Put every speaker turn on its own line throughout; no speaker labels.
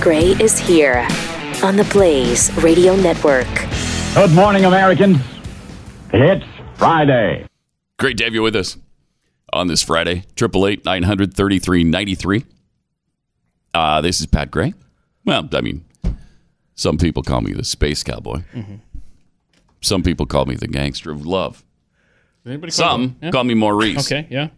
Gray is here on the Blaze Radio Network.
Good morning, Americans. It's Friday.
Great to have you with us on this Friday. Triple eight nine hundred thirty three ninety three. Uh, this is Pat Gray. Well, I mean, some people call me the space cowboy.
Mm-hmm.
Some people call me the gangster of love.
Anybody call
Some
you? Yeah.
call me Maurice.
Okay, yeah.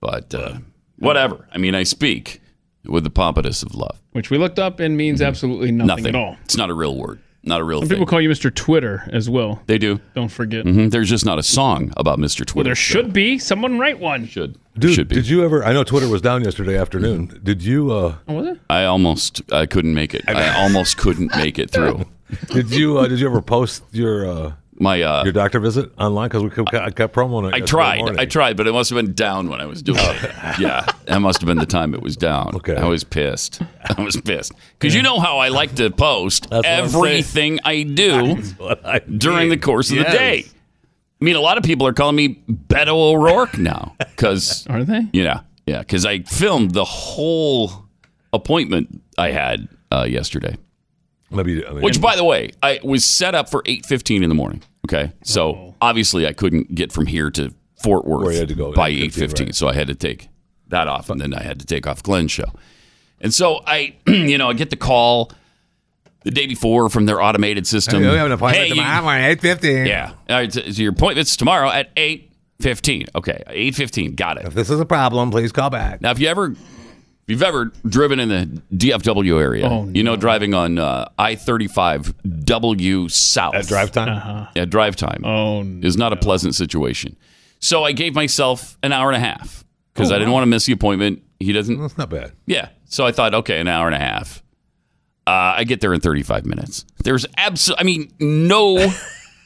But uh, whatever. I mean, I speak with the pompous of love.
Which we looked up and means absolutely nothing,
Mm-hmm. Nothing.
at all.
It's not a real word. Not a real
Some
thing.
people call you Mr. Twitter as well.
they do.
Don't forget.
Mhm. There's just not a song about Mr. Twitter.
Well, there should be someone write one.
should
Dude,
should be. Mm-hmm.
did you ever? I know Twitter was down yesterday afternoon. Did you? uh
Oh, was it?
I almost I couldn't make it. I almost couldn't make it through.
Did you? uh Did you ever post your uh
My uh,
your doctor visit online? Because we kept, I kept promoing it.
I
yesterday
tried.
morning.
I tried, but it must have been down when I was doing it. Yeah, that must have been the time it was down.
Okay.
I was pissed. I was pissed because you know how I like to post
That's what I'm saying.
everything I do during the course of
Yes.
the day. I mean, a lot of people are calling me Beto O'Rourke now because
Are they?
yeah, yeah, because I filmed the whole appointment I had uh, yesterday.
Maybe. I mean,
Which, by the way, I was set up for eight fifteen in the morning. Okay, so obviously I couldn't get from here to Fort Worth
Oh. Where you had to go,
by eight
8:15,
fifteen,
right.
so I had to take that off, and then I had to take off Glenn's show. And so I, you know, I get the call the day before from their automated system. Hey, you-
eight fifty.
yeah, all right, so your appointment's tomorrow at eight fifteen. Okay, eight fifteen. Got it.
If this is a problem, please call back.
Now, if you ever, if you've ever driven in the DFW area,
Oh,
you know, driving on uh, I thirty five W South
at drive time.
at drive time
Oh, no.
is not a pleasant situation. So I gave myself an hour and a half
Oh,
because I didn't want to miss the appointment. He doesn't.
That's not bad.
Yeah. So I thought, okay, an hour and a half. Uh, I get there in 35 minutes. There's absolutely, I mean, no,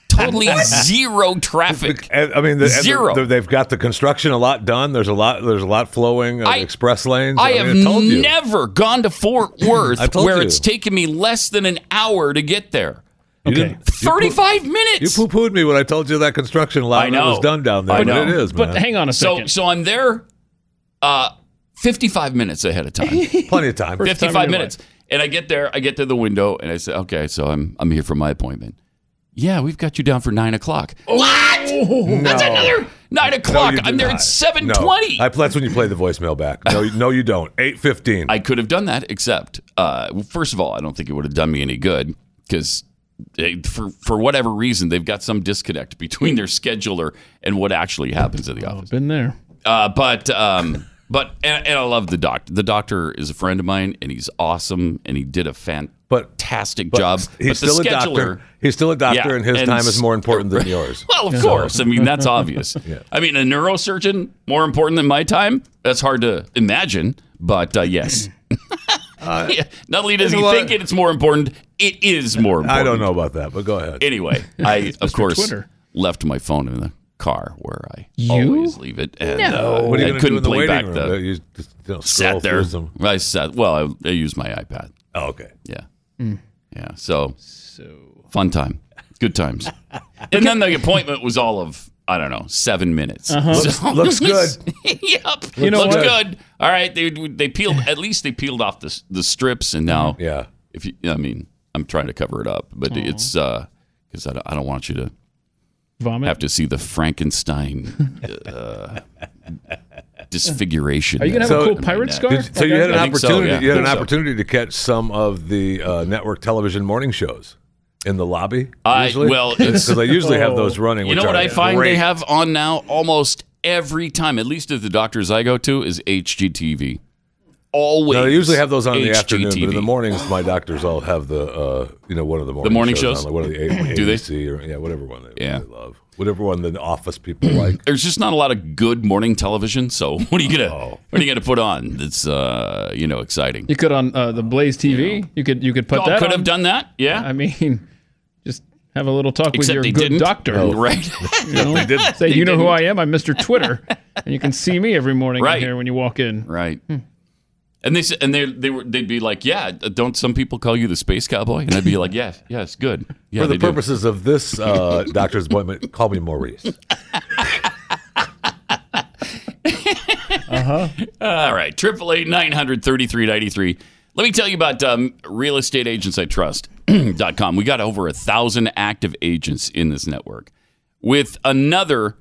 totally zero traffic.
And, I mean, the, and the-
Zero.
the- they've got the construction a lot done. There's a lot. There's a lot flowing. Uh,
I-
express lanes.
I
mean,
have
told you.
never gone to Fort
I
Worth
told
where
you.
it's taken me less than an hour to get there.
You
Okay.
didn't-
35
You
minutes.
poo pooed me when I told you that construction lot
I know.
was done down there.
I
but
know.
it is,
But
man.
hang on a
so
second.
so I'm there uh 55 minutes ahead of time.
plenty of time.
time in
55
your
minutes. And I get there, I get to the window, and I say, okay, so I'm I'm here for my appointment. Yeah, we've got you down for nine o'clock. What? That's another nine o'clock.
Oh. you do
I'm there
not.
at seven twenty.
No. I, that's when you play the voicemail back. No, you- no, you don't. Eight fifteen.
I could have done that, except uh, first of all, I don't think it would have done me any good because for for whatever reason they've got some disconnect between their scheduler and what actually happens at the
Oh.
office.
Been there.
Uh, but um, but and, and I love the doctor. The doctor is a friend of mine, and he's awesome, and he did a
But-
fantastic
But
job.
He's
but
still
the
a
scheduler.
doctor. He's still a doctor,
Yeah,
and his
and
time is
s-
more important than yours.
Well, of course. I mean, that's obvious. I mean, a neurosurgeon more important than my time. That's hard to imagine, but uh, yes. Yeah, Not only does he
a lot-
think it, it's more important. It is more important.
I don't know about that, but go ahead.
Anyway, I of
Mr.
course
Twitter.
left my phone in the car where I
You?
always leave it, and uh,
what are you
I
going to do
couldn't
in the
play
waiting
back
room?
the
You just, you know, scroll
sat there.
through some-
I sat. Well, I, I used my iPad.
Oh, okay.
Yeah,
Hmm.
yeah. So, fun time, good times. and then the appointment was all of I don't know seven minutes. So-
Looks good.
yep.
Uh-huh. You know
looks
what?
good. All right. They they peeled at least they peeled off the s- the strips and now
Yeah.
if you I mean I'm trying to cover it up but it's uh because I don't, I don't want you to
Vomit.
have to see the Frankenstein uh, disfiguration.
Are you gonna have
So-
a cool pirate scarf?
Did- so you had an
I think so,
opportunity.
yeah.
You had an
Think so.
opportunity to catch some of the uh, network television morning shows in the lobby.
I-
usually?
well, it's- Oh.
because they usually have those running.
You know
which
what
are
I find
great.
they have on now almost every time, at least at the doctors I go to, is HGTV. Always.
No, they usually have those on in the afternoon, but in
HGTV.
the mornings, my doctors all have the uh, you know one of the morning
morning shows?
shows, on, like one of the a-
Do they?
ABC or yeah whatever one they,
Yeah.
they love, whatever one the office people like.
There's just not a lot of good morning television, so what are you gonna
Oh.
what are you gonna put on that's uh you know exciting?
You could on uh, the Blaze TV. You could you could put
Y'all
that.
could
on.
have done that, yeah.
I mean, just have a little talk
Except
with
they
your good
didn't. Oh,
doctor.
Oh.
Right,
You know? Say you know who I am. I'm Mr. Twitter, and you can see me every morning in
Right.
here when you walk in.
right. And they s- and they they were they'd be like, yeah, don't some people call you the space cowboy? And I'd be like, yes, yes, good. Yeah,
For the
they do.
purposes of this uh, doctor's appointment, call me Maurice.
All right, triple eight nine hundred thirty three ninety three. Let me tell you about um, realestateagentsitrust.com. We got over a thousand active agents in this network, with another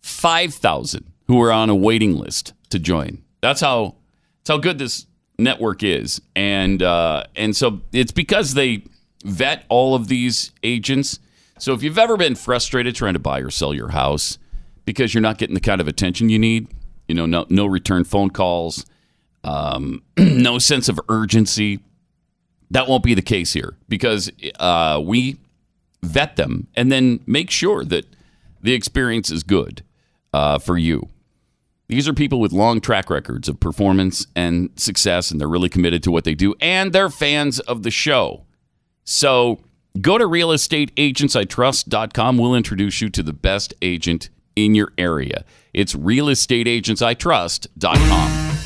five thousand who are on a waiting list to join. That's how that's how good this network is, and uh, and so it's because they vet all of these agents. So if you've ever been frustrated trying to buy or sell your house because you're not getting the kind of attention you need, you know, no no return phone calls um, no sense of urgency. That won't be the case here because uh, we vet them and then make sure that the experience is good uh, for you. These are people with long track records of performance and success, and they're really committed to what they do, and they're fans of the show. So go to realestateagentsitrust.com. We'll introduce you to the best agent in your area. It's realestateagentsitrust.com.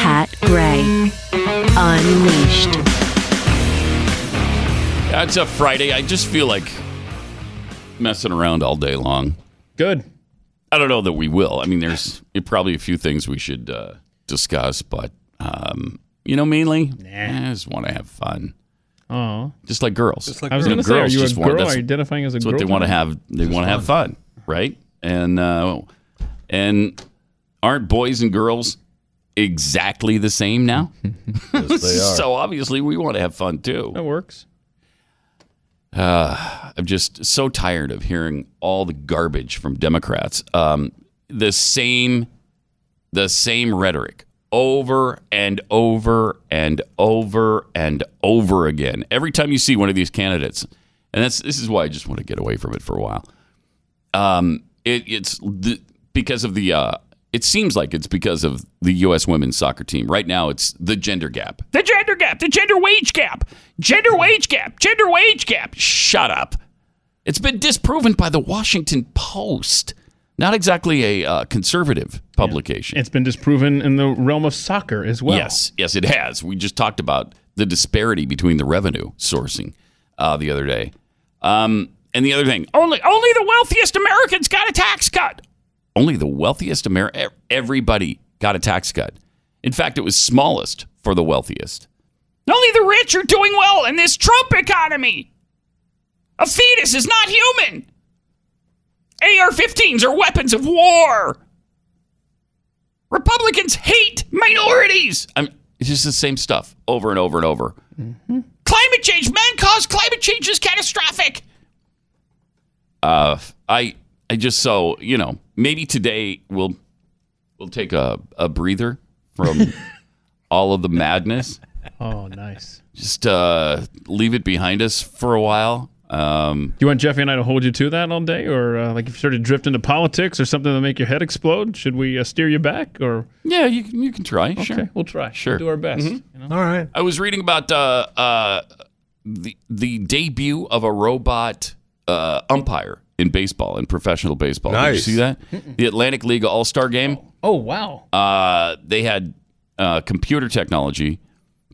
Pat Gray. Unleashed.
Yeah, It's a Friday. I just feel like messing around all day long.
Good.
I don't know that we will. I mean, there's probably a few things we should uh, discuss, but um, you know, mainly I just want to have fun,
Oh,
just like girls. Just
I was going to say, are you a girl identifying as a
that's
girl?
what they want to
tonight?
have. They want to have fun, right? And uh, and aren't boys and girls exactly the same now?
Yes, they are. Oh.
So obviously, we want to have fun too.
That works.
I'm just so tired of hearing all the garbage from Democrats. Um, the same, the same rhetoric over and over and over and over again. Every time you see one of these candidates, and that's this is why I just want to get away from it for a while. Um, it, it's the, because of the. Uh, it seems like it's because of the U.S. women's soccer team. Right now, it's the gender gap. The gender gap. The gender wage gap. Gender wage gap. Gender wage gap. Shut up. It's been disproven by the Washington Post. Not exactly a uh, conservative publication.
It's been disproven in the realm of soccer as well.
Yes, yes, it has. We just talked about the disparity between the revenue sourcing uh, the other day. Um, and the other thing, only only the wealthiest Americans got a tax cut. Only the wealthiest American, everybody got a tax cut. In fact, it was smallest for the wealthiest. Only the rich are doing well in this Trump economy. A fetus is not human. AR 15s are weapons of war. Republicans hate minorities. I'm, it's just the same stuff over and over and over. Climate change, man caused climate change is catastrophic. Uh, I, I just so you know, maybe today we'll, we'll take a, a breather from all of the madness.
Oh, nice.
Just uh, leave it behind us for a while. Um,
Do you want Jeffy and I to hold you to that all day, or uh, like if you sort of drift into politics or something that make your head explode? Should we uh, steer you back, or
yeah, you can you can try. Sure.
we'll try.
Sure. Mm-hmm.
We'll do our best. You know?
All right.
I was reading about uh, uh, the the debut of a robot uh, umpire in baseball in professional baseball. Did you
Nice.
see that? The Atlantic League All Star Game.
Oh wow.
Uh, they had uh, computer technology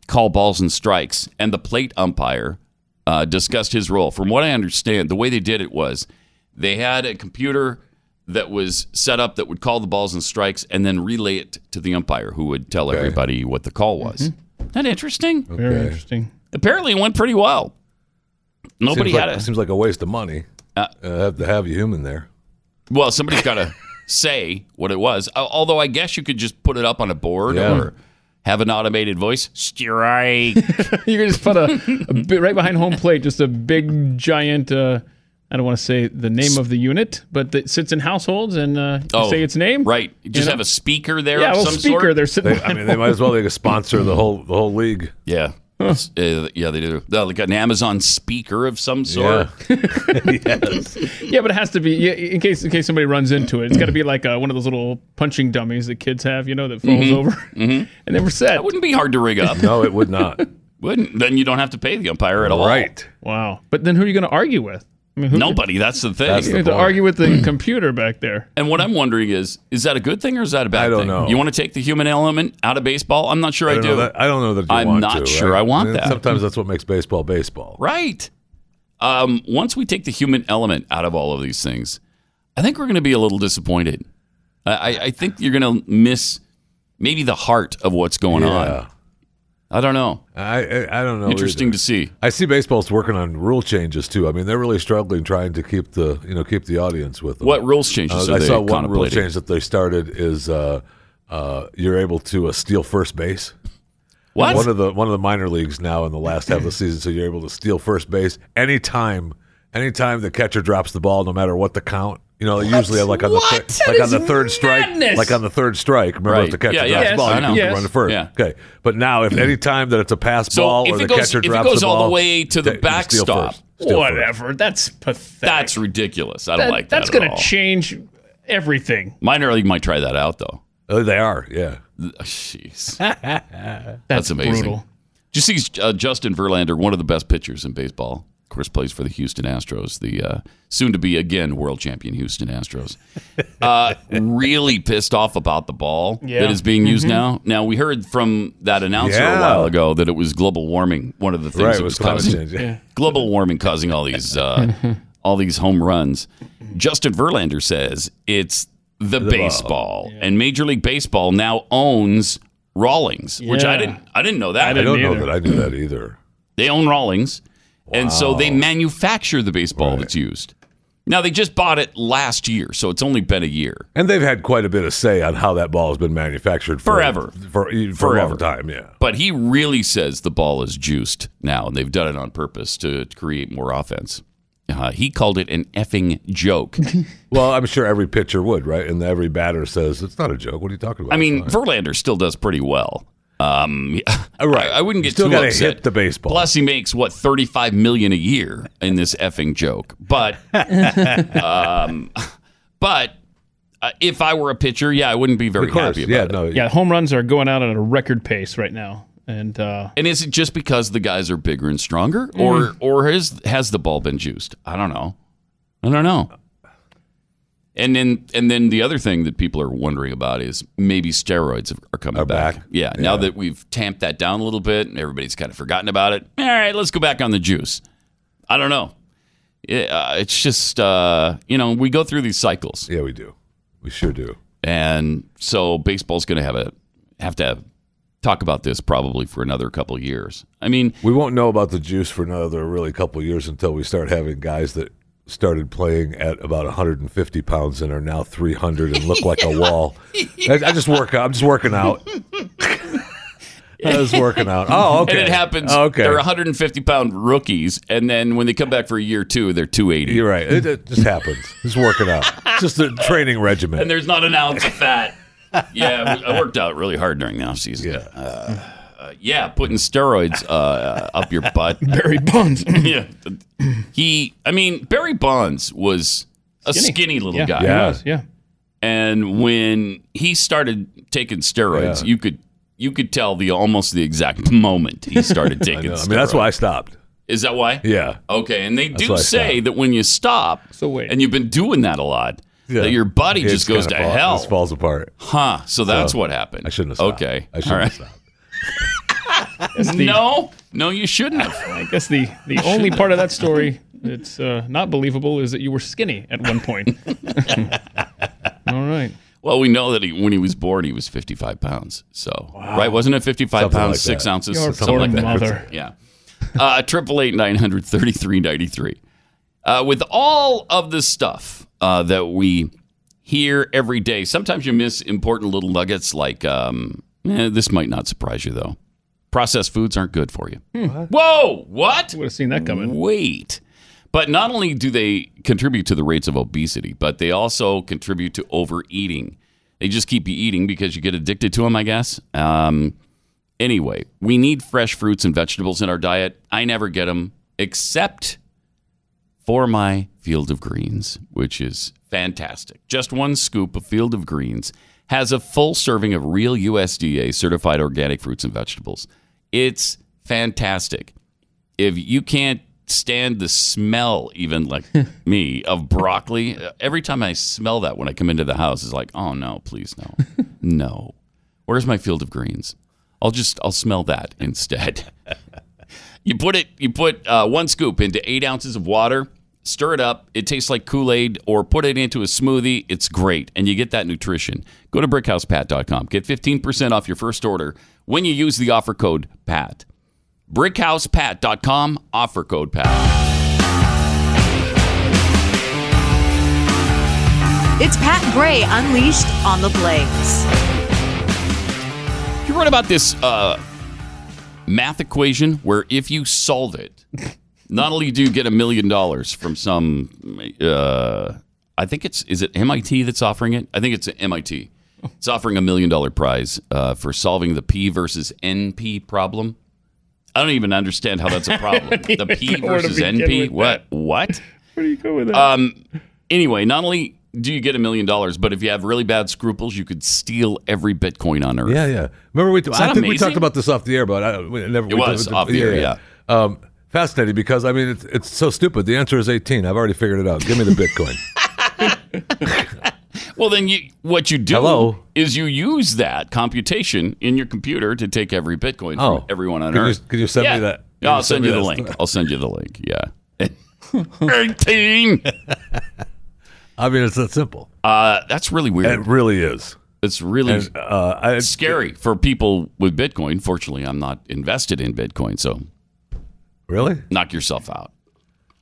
call balls and strikes, and the plate umpire uh, discussed his role. From what I understand, the way they did it was they had a computer that was set up that would call the balls and strikes and then relay it to the umpire who would tell everybody what the call was. Isn't that interesting?
Very interesting.
apparently it went pretty well. Nobody
seems like,
had a
seems like a waste of money.
Uh,
Uh, have to have a human there.
well. Somebody's got to say what it was. Al- Although I guess you could just put it up on a board
Yeah.
or have an automated voice strike.
You can just put a, a bit right behind home plate, just a big giant. Uh, I don't want to say the name of the unit, but that sits in households and uh, you
Oh,
say its name.
right?
You
Just
know?
have a speaker there.
yeah,
of
well,
some
speaker.
Sort.
They're sitting.
They, I mean, they might as well like a sponsor the whole the whole league.
Yeah. It's, uh, yeah, they do. They're Like an Amazon speaker of some sort.
yes.
yeah, but it has to be yeah, in case in case somebody runs into it. It's got to be like uh, one of those little punching dummies that kids have, you know, that
Mm-hmm.
falls over, and then we're set.
That wouldn't be hard to rig up,
No, it would not.
wouldn't? Then you don't have to pay the umpire at all.
right.
Wow. But then who are you going to argue with? I mean, who
Nobody. That's the thing.
That's the
You have to
point.
argue with the computer back there.
And what I'm wondering is, is that a good thing or is that a bad thing?
I don't know.
You want to take the human element out of baseball? I'm not sure I,
I don't
do.
know that. I don't know that. You
I'm
want
not
to,
sure
right?
I want
mean,
that.
Sometimes that's what makes baseball baseball.
Right. Um, once we take the human element out of all of these things, I think we're going to be a little disappointed. I, I- I think you're going to miss maybe the heart of what's going on. I don't know.
I I, I don't know.
Interesting
either.
to see.
I see baseball's working on rule changes too. I mean, they're really struggling trying to keep the you know keep the audience with them.
What rules changes
Uh,
are
I
they
saw one rule
contemplating?
change that they started is uh, uh, you're able to uh, steal first base.
What?
One of the one of the minor leagues now in the last half of the season, so you're able to steal first base anytime, anytime the catcher drops the ball, no matter what the count. You know, they usually have like on the thir-
What? That
like on
is
the third
madness.
strike, like on the third strike. Remember
Right.
if the catcher
Yeah, yeah.
drops
Yes,
the ball,
I
you
know.
can
Yes.
run to first.
Yeah.
Okay, but now if any time that it's a pass
So
ball
if
or
it
the
goes-
catcher
if it
drops
goes
the
all the
ball,
way to the
that you steal
backstop,
first. Steal first.
Whatever. That's pathetic.
That's ridiculous. I don't
That-
like that.
That's
at
going to
all.
change everything.
Minor league might try that out though.
Oh, they are. Yeah.
Jeez,
That's,
amazing.
Brutal.
Did you see uh, Justin Verlander, one of the best pitchers in baseball? Of course, plays for the Houston Astros, the uh, soon-to-be again world champion Houston Astros. Uh, really pissed off about the ball
Yeah.
that is being used now. Now we heard from that announcer a
Mm-hmm. Yeah.
while ago that it was global warming, one of the things
Right.
that
It
was
was climate
causing
change. Yeah.
global warming causing all these uh, all these home runs. Justin Verlander says it's the, baseball, and Major League Baseball now owns Rawlings, which I
Yeah.
didn't I didn't know that.
I don't
Neither.
know that I knew that either.
They own Rawlings, and so they manufacture the baseball that's used. Now they just bought it last year, so it's only been a year.
And they've had quite a bit of say on how that ball has been manufactured for,
Forever.
for, for a
Forever.
long time. Yeah,
But he really says the ball is juiced now, and they've done it on purpose to create more offense. Uh, he called it an effing joke.
well, I'm sure every pitcher would, right? And every batter says it's not a joke. What are you talking about?
I mean,
It's
Verlander still does pretty well. Um,
not." Uh, right?
I, I wouldn't get
still
too
gotta
upset.
hit the baseball.
Plus, he makes what thirty-five million a year in this effing joke. But, um, but uh, if I were a pitcher, yeah, I wouldn't be very
of course.
happy about
Yeah,
it.
no.
Yeah, home runs are going out at a record pace right now. And uh,
And is it just because the guys are bigger and stronger,
Mm-hmm.
or or has has the ball been juiced? I don't know. I don't know. And then and then the other thing that people are wondering about is maybe steroids are coming
Are
back.
back?
Yeah, Now that we've tamped that down a little bit and everybody's kind of forgotten about it. All right, let's go back on the juice. I don't know. It, uh, it's just uh, you know we go through these cycles,
Yeah, we do. We sure do.
and so baseball's going to have a have to have, talk about this probably for another couple of years. I mean,
We won't know about the juice for another really couple years until we start having guys that started playing at about 150 pounds and are now 300 and look like a wall. I, I just work out. I'm just working out. I was working out. Oh, okay.
And it happens.
Okay.
They're 150 pound rookies, and then when they come back for a year or two, they're 280.
You're right. It, it just happens. Just working out. It's just a training regimen.
and there's not an ounce of fat. yeah, I worked out really hard during the offseason.
yeah.
Uh, yeah, putting steroids uh, up your butt.
Barry Bonds.
yeah. He, I mean, Barry Bonds was a skinny, little
yeah,
guy.
he
Yeah.
was, yeah.
And when he started taking steroids,
Yeah.
you could. You could tell the almost the exact moment he started taking.
I
steroids.
mean, that's why I stopped.
Is that why?
Yeah.
Okay, and they do
what I
say
thought.
that when you stop,
So wait.
and you've been doing that a lot,
Yeah.
that your body
It
just goes to
kinda fall-
hell,
Just falls apart.
huh? So that's what happened.
I shouldn't have stopped.
Okay,
I shouldn't
all
have
right.
stopped.
That's the-
No, no, you shouldn't have.
I guess the, the only part of that story that's uh, not believable is that you were skinny at one point. All right.
well, we know that he, when he was born, he was 55 pounds. So right, wasn't it 55
Something
pounds,
like
six
that.
ounces,
Your
something
poor
like that?
mother.
Yeah. Uh, Triple eight nine hundred thirty three ninety three. Uh, with all of the stuff uh, that we hear every day, sometimes you miss important little nuggets. Like um, eh, this might not surprise you though. Processed foods aren't good for you. Whoa! What?
Would have seen that coming.
Wait. But not only do they contribute to the rates of obesity, but they also contribute to overeating. They just keep you eating because you get addicted to them, I guess. Um, anyway, we need fresh fruits and vegetables in our diet. I never get them except for my field of greens, which is fantastic. Just one scoop of field of greens has a full serving of real USDA certified organic fruits and vegetables. It's fantastic if you can't stand the smell, even like me, of broccoli, every time I smell that when I come into the house, it's like, oh no, please no, no. Where's my field of greens? I'll just I'll smell that instead. you put it. You put uh, one scoop into eight ounces of water. stir it up. It tastes like Kool Aid, or put it into a smoothie. It's great, and you get that nutrition. Go to brickhousepat.com. Get 15% off your first order when you use the offer code PAT. Brickhousepat.com, offer code PAT.
It's Pat Gray unleashed on the Blaze.
You wrote about this uh, math equation where if you solve it, not only do you get a million dollars from some, uh, I think it's is it MIT that's offering it. I think it's MIT. It's offering a million dollar prize uh, for solving the P versus NP problem. I don't even understand how that's a problem. the P
even know where to
versus
begin
NP.
with
What? What?
Where do you go with that?
Um, anyway, not only do you get a million dollars, but if you have really bad scruples, you could steal every Bitcoin on earth.
Yeah, yeah. Remember we? I
that
think we
amazing?
talked about this off the air, but I we never. It we
was off the air,
Um, fascinating because I mean it's, it's so stupid. The answer is eighteen. I've already figured it out. Give me the Bitcoin.
Well, then you, what you do
Hello?
is you use that computation in your computer to take every Bitcoin
Oh.
from everyone on
Could you-
Earth.
could you send me
Yeah.
that?
Yeah, I'll
Could you send
send
me
you the
that
link. I'll send you the link. Yeah. 18.
I mean it's that simple.
Uh, that's really weird.
It really is.
it's really
And, uh, I,
scary for people with Bitcoin. Fortunately, I'm not invested in Bitcoin, so
Really?
knock yourself out.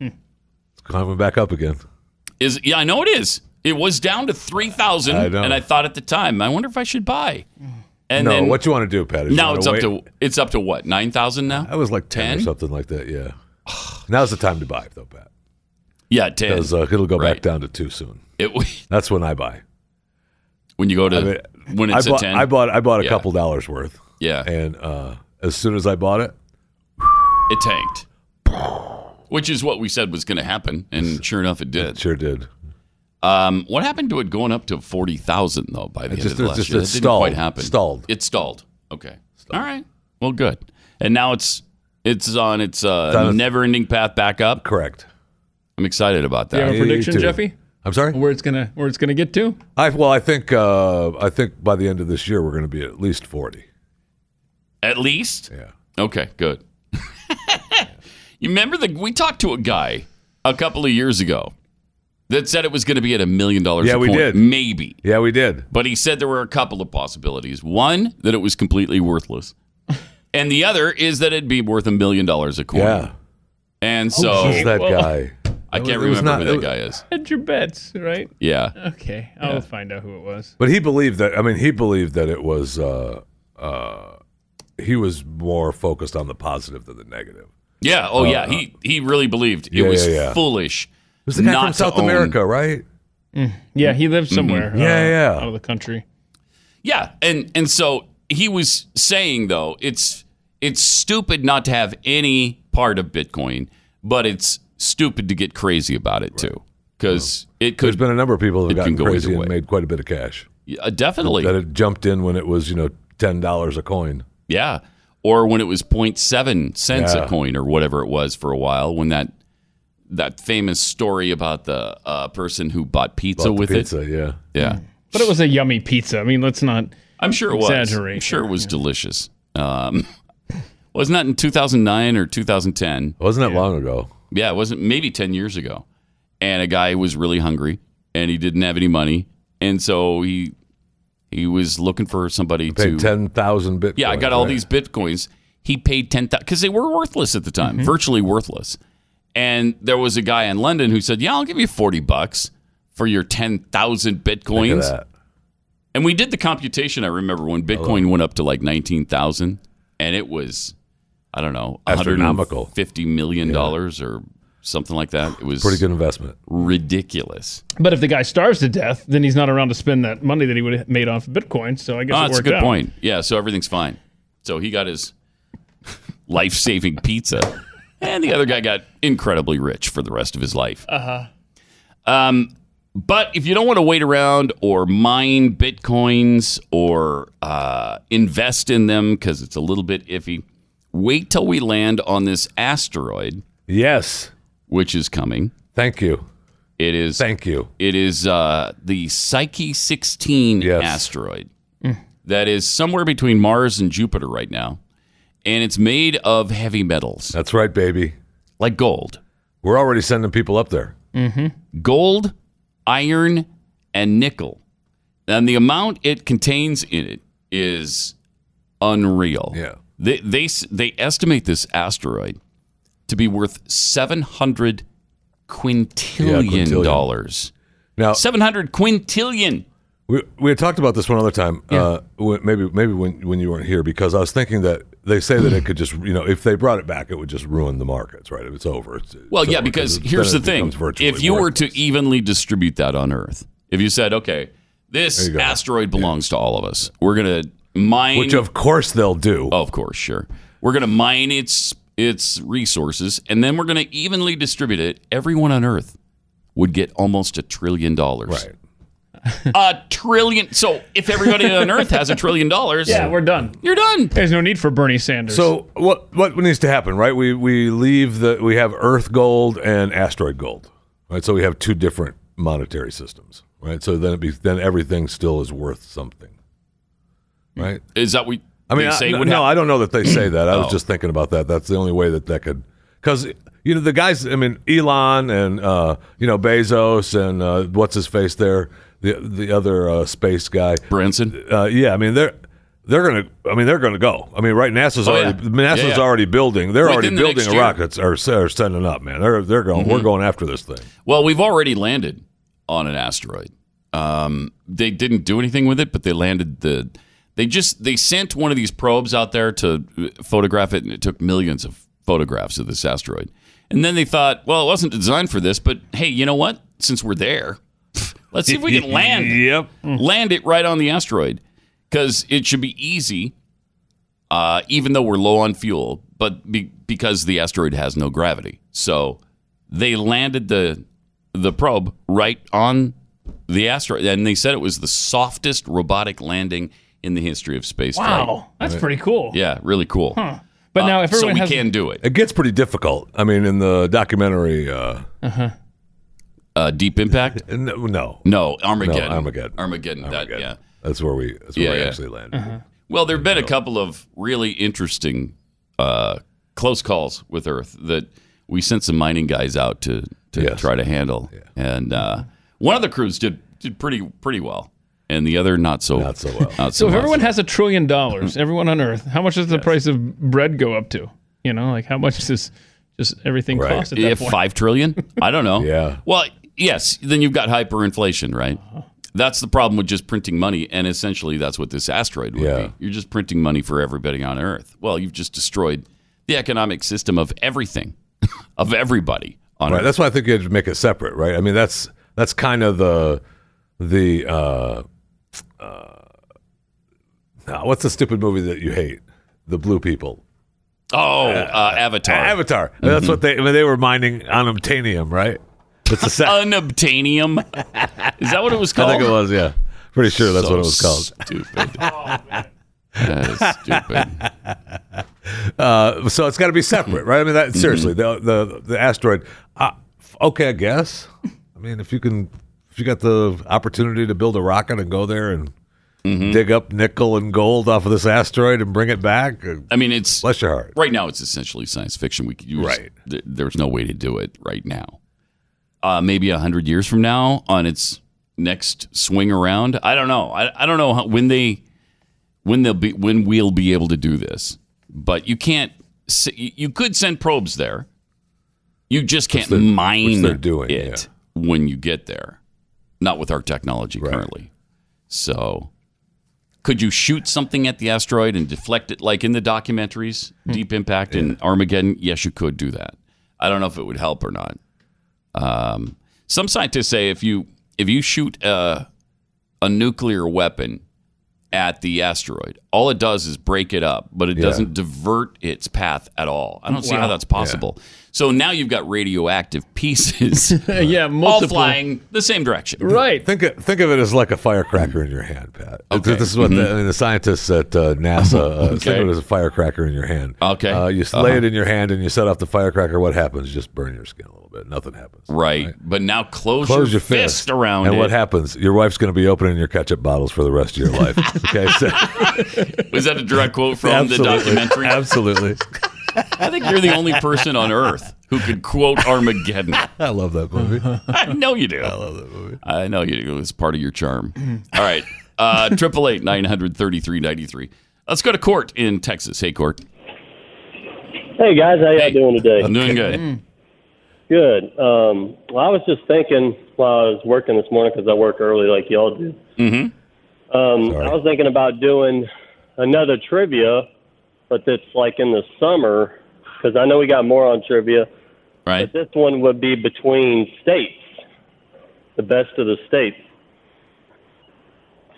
It's climbing back up again.
Is yeah, I know it is. It was down to three thousand,
I know.
and I thought at the time, I wonder if I should buy. And
no,
then
what you want to do, Pat? is you
now
wanna
it's up
wait-
to it's up to what nine thousand now?
I was like 10, or
10?
something like that. Yeah. Now's the time to buy, though, Pat,
yeah, ten.
because uh, it'll go
Right.
back down to two soon.
It,
That's when I buy.
when you go to
mean,
when it's
I bought,
a ten.
I bought I bought a
Yeah.
couple dollars worth.
Yeah.
And uh, as soon as I bought it,
it tanked, which is what we said was going to happen, and sure enough, it
it
did.
sure did.
Um, what happened to it going up to forty thousand though? By the end
It just-
of the
it
last
just-
year,
it
that didn't
stalled.
quite happen.
Stalled.
It stalled. Okay. All right. Well, good. And now it's it's on its uh,
on its-
never-ending path back up.
Correct.
I'm excited about that.
you have a
you
prediction,
too.
Jeffy?
I'm sorry.
Where it's gonna where it's gonna get to?
I well, I think uh, I think by the end of this year we're going to be at least forty.
At least.
Yeah.
Okay, good. you remember the we talked to a guy a couple of years ago that said it was going to be at a million dollars.
Yeah,
a
we
coin,
did.
maybe,
Yeah, we did.
but he said there were a couple of possibilities. One that it was completely worthless, and the other is that it'd be worth a million dollars a coin.
Yeah.
And so
Who's that guy?
I
It
can't
was- it was
remember who
not- it
that
was-
guy is.
Hedge your bets, right?
Yeah,
Okay, I'll find out who it was.
But he believed that. I mean, he believed that it was. Uh, uh, he was more focused on the positive than the negative.
yeah. Oh, yeah. He he really believed it
Uh, yeah,
was
yeah, yeah.
foolish.
It was the guy
not
from
to
South
own-
America, right?
Yeah, he lives somewhere. uh,
Yeah, yeah.
out of the country.
Yeah, and and so he was saying though it's it's stupid not to have any part of Bitcoin, but it's stupid to get crazy about it too because it
There's
could
been a number of people that
It
have
can go
gotten
either
crazy
way.
and made quite a bit of cash.
uh, definitely
That it jumped in when it was, you know, ten dollars a coin.
yeah. Or when it was 0.7 cents a
Yeah.
coin or whatever it was for a while when that that famous story about the uh, person who bought pizza
Bought the
with
pizza,
it.
yeah.
Yeah.
But it was a yummy pizza. I mean, let's not.
I'm sure it was. I'm
Exaggeration,
sure it was delicious. Um, wasn't that in 2009 or 2010?
Wasn't that long ago?
Yeah, it wasn't maybe 10 years ago. And a guy was really hungry and he didn't have any money. And so he he was looking for somebody to
Paid ten thousand bitcoins.
Yeah, I got all
right?
these bitcoins. He paid 10,000 cuz they were worthless at the time,
Mm-hmm.
virtually worthless. And there was a guy in London who said, "Yeah, I'll give you 40 bucks for your 10,000
Look at
bitcoins."
that.
And we did the computation. I remember when Bitcoin went up to like 19,000 and it was I don't know,
Astronomical.
150 million dollars or something like that. It was
Pretty good investment.
ridiculous.
But if the guy starves to death, then he's not around to spend that money that he would have made off Bitcoin. So I guess
Oh,
it
that's
worked
a good
out.
point. Yeah, so everything's fine. So he got his life-saving pizza, and the other guy got incredibly rich for the rest of his life. Uh
Uh-huh.
huh. Um, but if you don't want to wait around or mine bitcoins or uh, invest in them because it's a little bit iffy, wait till we land on this asteroid,
Yes.
which is coming.
Thank you.
It is
Thank you.
It is uh, the Psyche 16
Yes.
asteroid that is somewhere between Mars and Jupiter right now. And it's made of heavy metals
That's right, baby.
like gold.
We're already sending people up there.
gold, iron, and nickel. And the amount it contains in it is unreal.
Yeah.
They, they, s- they estimate this asteroid to be worth 700 quintillion,
quintillion.
dollars.
Now
700 quintillion.
we, we had talked about this one other time. Uh, w- maybe maybe when when you weren't here because I was thinking that they say that it could just you know if they brought it back it would just ruin the markets right if it's over. It's, it's
Well, yeah,
over,
because
it-
here's
then
the
it
thing.
becomes virtually
If you were to
worthless.
evenly distribute that on Earth, if you said, okay, this
There you go.
asteroid belongs to all of us, we're going to mine.
which of course they'll do.
Oh, of course, sure. We're going to mine its its resources, and then we're going to evenly distribute it. Everyone on Earth would get almost a trillion dollars.
Right.
A trillion. So if everybody on Earth has a trillion dollars,
Yeah, we're done.
you're done.
There's no need for Bernie Sanders.
So what what needs to happen, right? We we leave the we have Earth gold and asteroid gold, right? So we have two different monetary systems, right? So then it be then everything still is worth something, right?
Is that what
I mean,
they
I,
say
no,
would
no,
happen?
I don't know that they say that. I
Oh.
was just thinking about that. That's the only way that that could, because you know the guys. I mean, Elon and uh, you know Bezos and uh, what's his face there, the the other uh, space guy.
Branson?
Uh, yeah, I mean they're they're gonna. I mean they're gonna go. I mean right, NASA's
Oh, yeah.
already NASA's
Yeah, yeah.
already building. They're
Within
already
the
building
next
a
year. Mm-hmm.
rockets or, or sending up, man. They're they're going. We're going after this thing.
Well, we've already landed on an asteroid. Um, they didn't do anything with it, but they landed the. They just they sent one of these probes out there to uh, photograph it, and it took millions of photographs of this asteroid. And then they thought, well, it wasn't designed for this, but hey, you know what? Since we're there, let's see if we can land. Yep, land it right on the asteroid because it should be easy. Uh, even though we're low on fuel, but be, because the asteroid has no gravity, so they landed the the probe right on the asteroid, and they said it was the softest robotic landing in the history of space flight.
wow, that's pretty cool.
Yeah, really cool. Uh,
But now if
so
everyone
we
has
can do it.
It gets pretty difficult. I mean, in the documentary, uh,
Uh, deep impact?
no, no.
No, Armageddon.
No, Armageddon.
Armageddon. That,
Armageddon.
yeah.
That's where we. That's
Yeah, Mm-hmm.
where we
yeah.
actually landed.
Well, there have been a couple of really interesting uh, close calls with Earth that we sent some mining guys out to, to
Yes.
try to handle, and uh, one of the crews did did pretty pretty well, and the other not so
Not so well.
not
So if
well.
everyone has a trillion
Mm-hmm.
dollars, everyone on Earth, how much does the price of bread go up to? You know, like how much does just everything
Right.
cost at that
if
point?
five trillion i don't know
Yeah. Uh-huh.
well yes then you've got hyperinflation right that's the problem with just printing money and essentially that's what this asteroid would
Yeah.
be you're just printing money for everybody on earth well you've just destroyed the economic system of everything of everybody on
Right.
earth
That's why I think you had to make it separate, right? I mean, that's that's kind of the the uh, uh, nah, what's the stupid movie that you hate? The blue people.
oh uh, avatar
Avatar. Mm-hmm. That's what they. I mean, they were mining unobtainium, right? That's the
Oh,
sec-
unobtainium is that what it was
I
called
think it was. Yeah, pretty sure that's what it was called.
stupid that is stupid
Uh, so it's got to be separate, right? I mean, that seriously, the the the asteroid. Uh, f- okay, I guess. I mean, if you can, if you got the opportunity to build a rocket and go there and dig up nickel and gold off of this asteroid and bring it back, uh,
i mean it's
bless your heart.
right now it's essentially science fiction. We could use,
Right.
th- there's no way to do it right now. Uh, maybe a hundred years from now, on its next swing around, I don't know. I, I don't know how, when they when they'll be when we'll be able to do this. But you can't. s- You you could send probes there. You just can't
they're- which
mine
they're doing,
it when you get there. Not with our technology currently. So could you shoot something at the asteroid and deflect it like in the documentaries
Hmm.
deep impact and armageddon yes you could do that i don't know if it would help or not um, some scientists say if you if you shoot a, a nuclear weapon at the asteroid all it does is break it up but it doesn't divert its path at all i don't see how that's possible so now you've got radioactive pieces
yeah,
all
multiple.
flying the same direction
Right.
Think of, think of it as like a firecracker in your hand, Pat.
Okay. Mm-hmm.
This is what the, I mean, the scientists at uh, NASA uh, think of it as a firecracker in your hand.
Okay. Uh-huh.
Uh, you s- lay it in your hand and you set off the firecracker. What happens? You just burn your skin a little bit. Nothing happens.
Right, but now close,
Close
your,
your
fist, around
and
it.
what happens? Your wife's going to be opening your ketchup bottles for the rest of your life. Okay, so,
Was that a direct quote from the
Absolutely.
documentary?
absolutely.
I think you're the only person on earth who could quote Armageddon.
I love that movie.
I know you do. I love that movie. I know you do. It's part of your charm. All right. Uh, Triple eight nine hundred thirty three ninety three. Let's go to court in Texas. Hey, court.
Hey guys, how y'all
Hey.
doing today?
I'm doing good.
Good. Um, well, I was just thinking while I was working this morning because I work early like y'all do. Mm-hmm. Um,
Sorry.
I was thinking about doing another trivia, but that's like in the summer because I know we got more on trivia.
Right.
This one would be between states, the best of the states.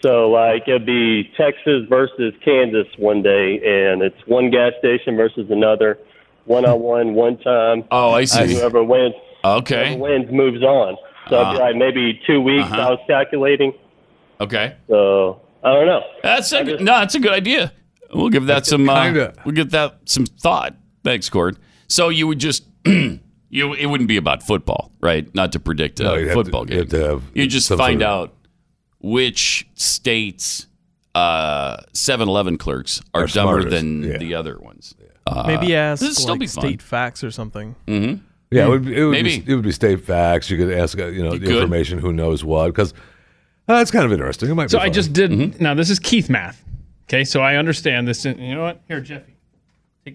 So, like, it'd be Texas versus Kansas one day, and it's one gas station versus another, one on one, one time.
Oh, I
And
see.
whoever wins,
Okay. Uh-huh.
whoever wins moves on. So, it'd be like maybe two weeks. I was calculating.
Okay.
So, I don't know.
That's a good, no. That's a good idea. We'll give that some. Uh,
Kinda.
we'll give that some thought. Thanks, Court. So you would just you. It wouldn't be about football, right? Not to predict a
No, you'd have
football
to-
game.
you'd have to have
you just
some
find
sort of-
out which states uh 7-Eleven clerks are,
Are
dumber
smartest,
than
yeah.
the other ones.
Maybe
Uh,
ask
this'd still
like,
be fun.
state facts or something.
Yeah, it would, be- it would
Maybe.
Be, it would be state facts. You could ask, uh, you know,
You
the
could.
information. Who knows what? Because uh, it's kind of interesting. It might.
So
be
I
fun.
just did.
Mm-hmm.
Now this is Keith math. Okay, so I understand this. And you know what? Here, Jeffy, take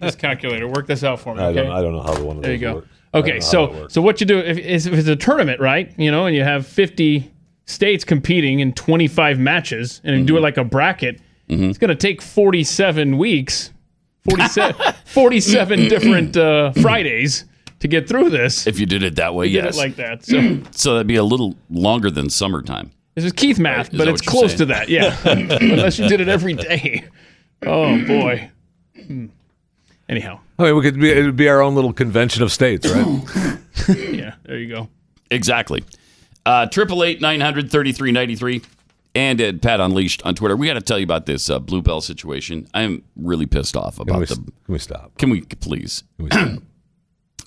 this calculator. Work this out for me.
I
Okay.
don't. I don't know how the one. Of
there you
those
go.
works. I don't know
Okay,
how that
so
works.
so what you do if, is if it's a tournament, right? You know, and you have fifty states competing in twenty five matches, and you do it
Mm-hmm.
like a bracket. It's going to take forty seven weeks, 47, 47 different uh, Fridays to get through this.
If you did it that way,
Did
yes.
it like that. So
so that'd be a little longer than summertime.
This is Keith math,
Is
but
that
it's
what you're
close
saying?
to that. Yeah. Unless you did it every day. Oh, boy. Hmm. Anyhow,
I mean, we could be. It would be our own little convention of states, right?
yeah, there you go.
Exactly. Uh, Triple eight nine hundred thirty three ninety three, and at Pat Unleashed on Twitter. We got to tell you about this uh, Bluebell situation. I'm really pissed off
can,
about
we,
the.
can we stop?
Can we please?
Can we stop?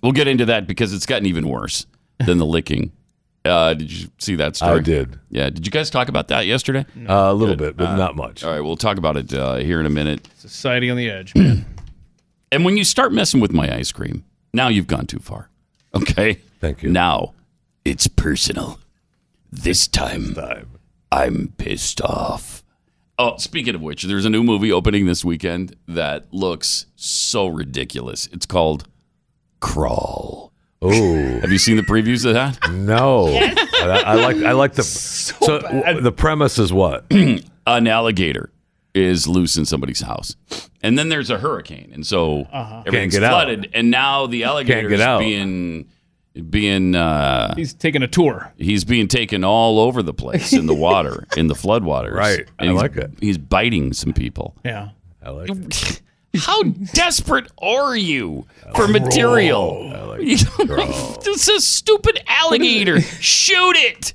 We'll get into that because it's gotten even worse than the licking. Uh, did you see that story?
I did
Yeah. Did you guys talk about that yesterday?
Mm.
uh, a little bit, but not much.
All right. We'll talk about it uh, here in a minute.
Society on the edge, man.
And when you start messing with my ice cream, now you've gone too far. Okay?
Thank you.
Now it's personal. This time, I'm pissed off. Oh, speaking of which, there's a new movie opening this weekend that looks so ridiculous. It's called Crawl.
Oh
Have you seen the previews of that?
no! I, I like. I like the. So, w- the premise is what?
An alligator is loose in somebody's house. And then there's a hurricane. And so everything's
Uh-huh. Can't get out.
flooded. And now the alligator
get
is
out.
being being uh
He's taking a tour.
He's being taken all over the place in the water, in the floodwaters.
Right. I
he's-
like it.
He's biting some people.
Yeah.
I like. It.
How desperate are you for material? You don't know- It's a stupid alligator. Shoot it.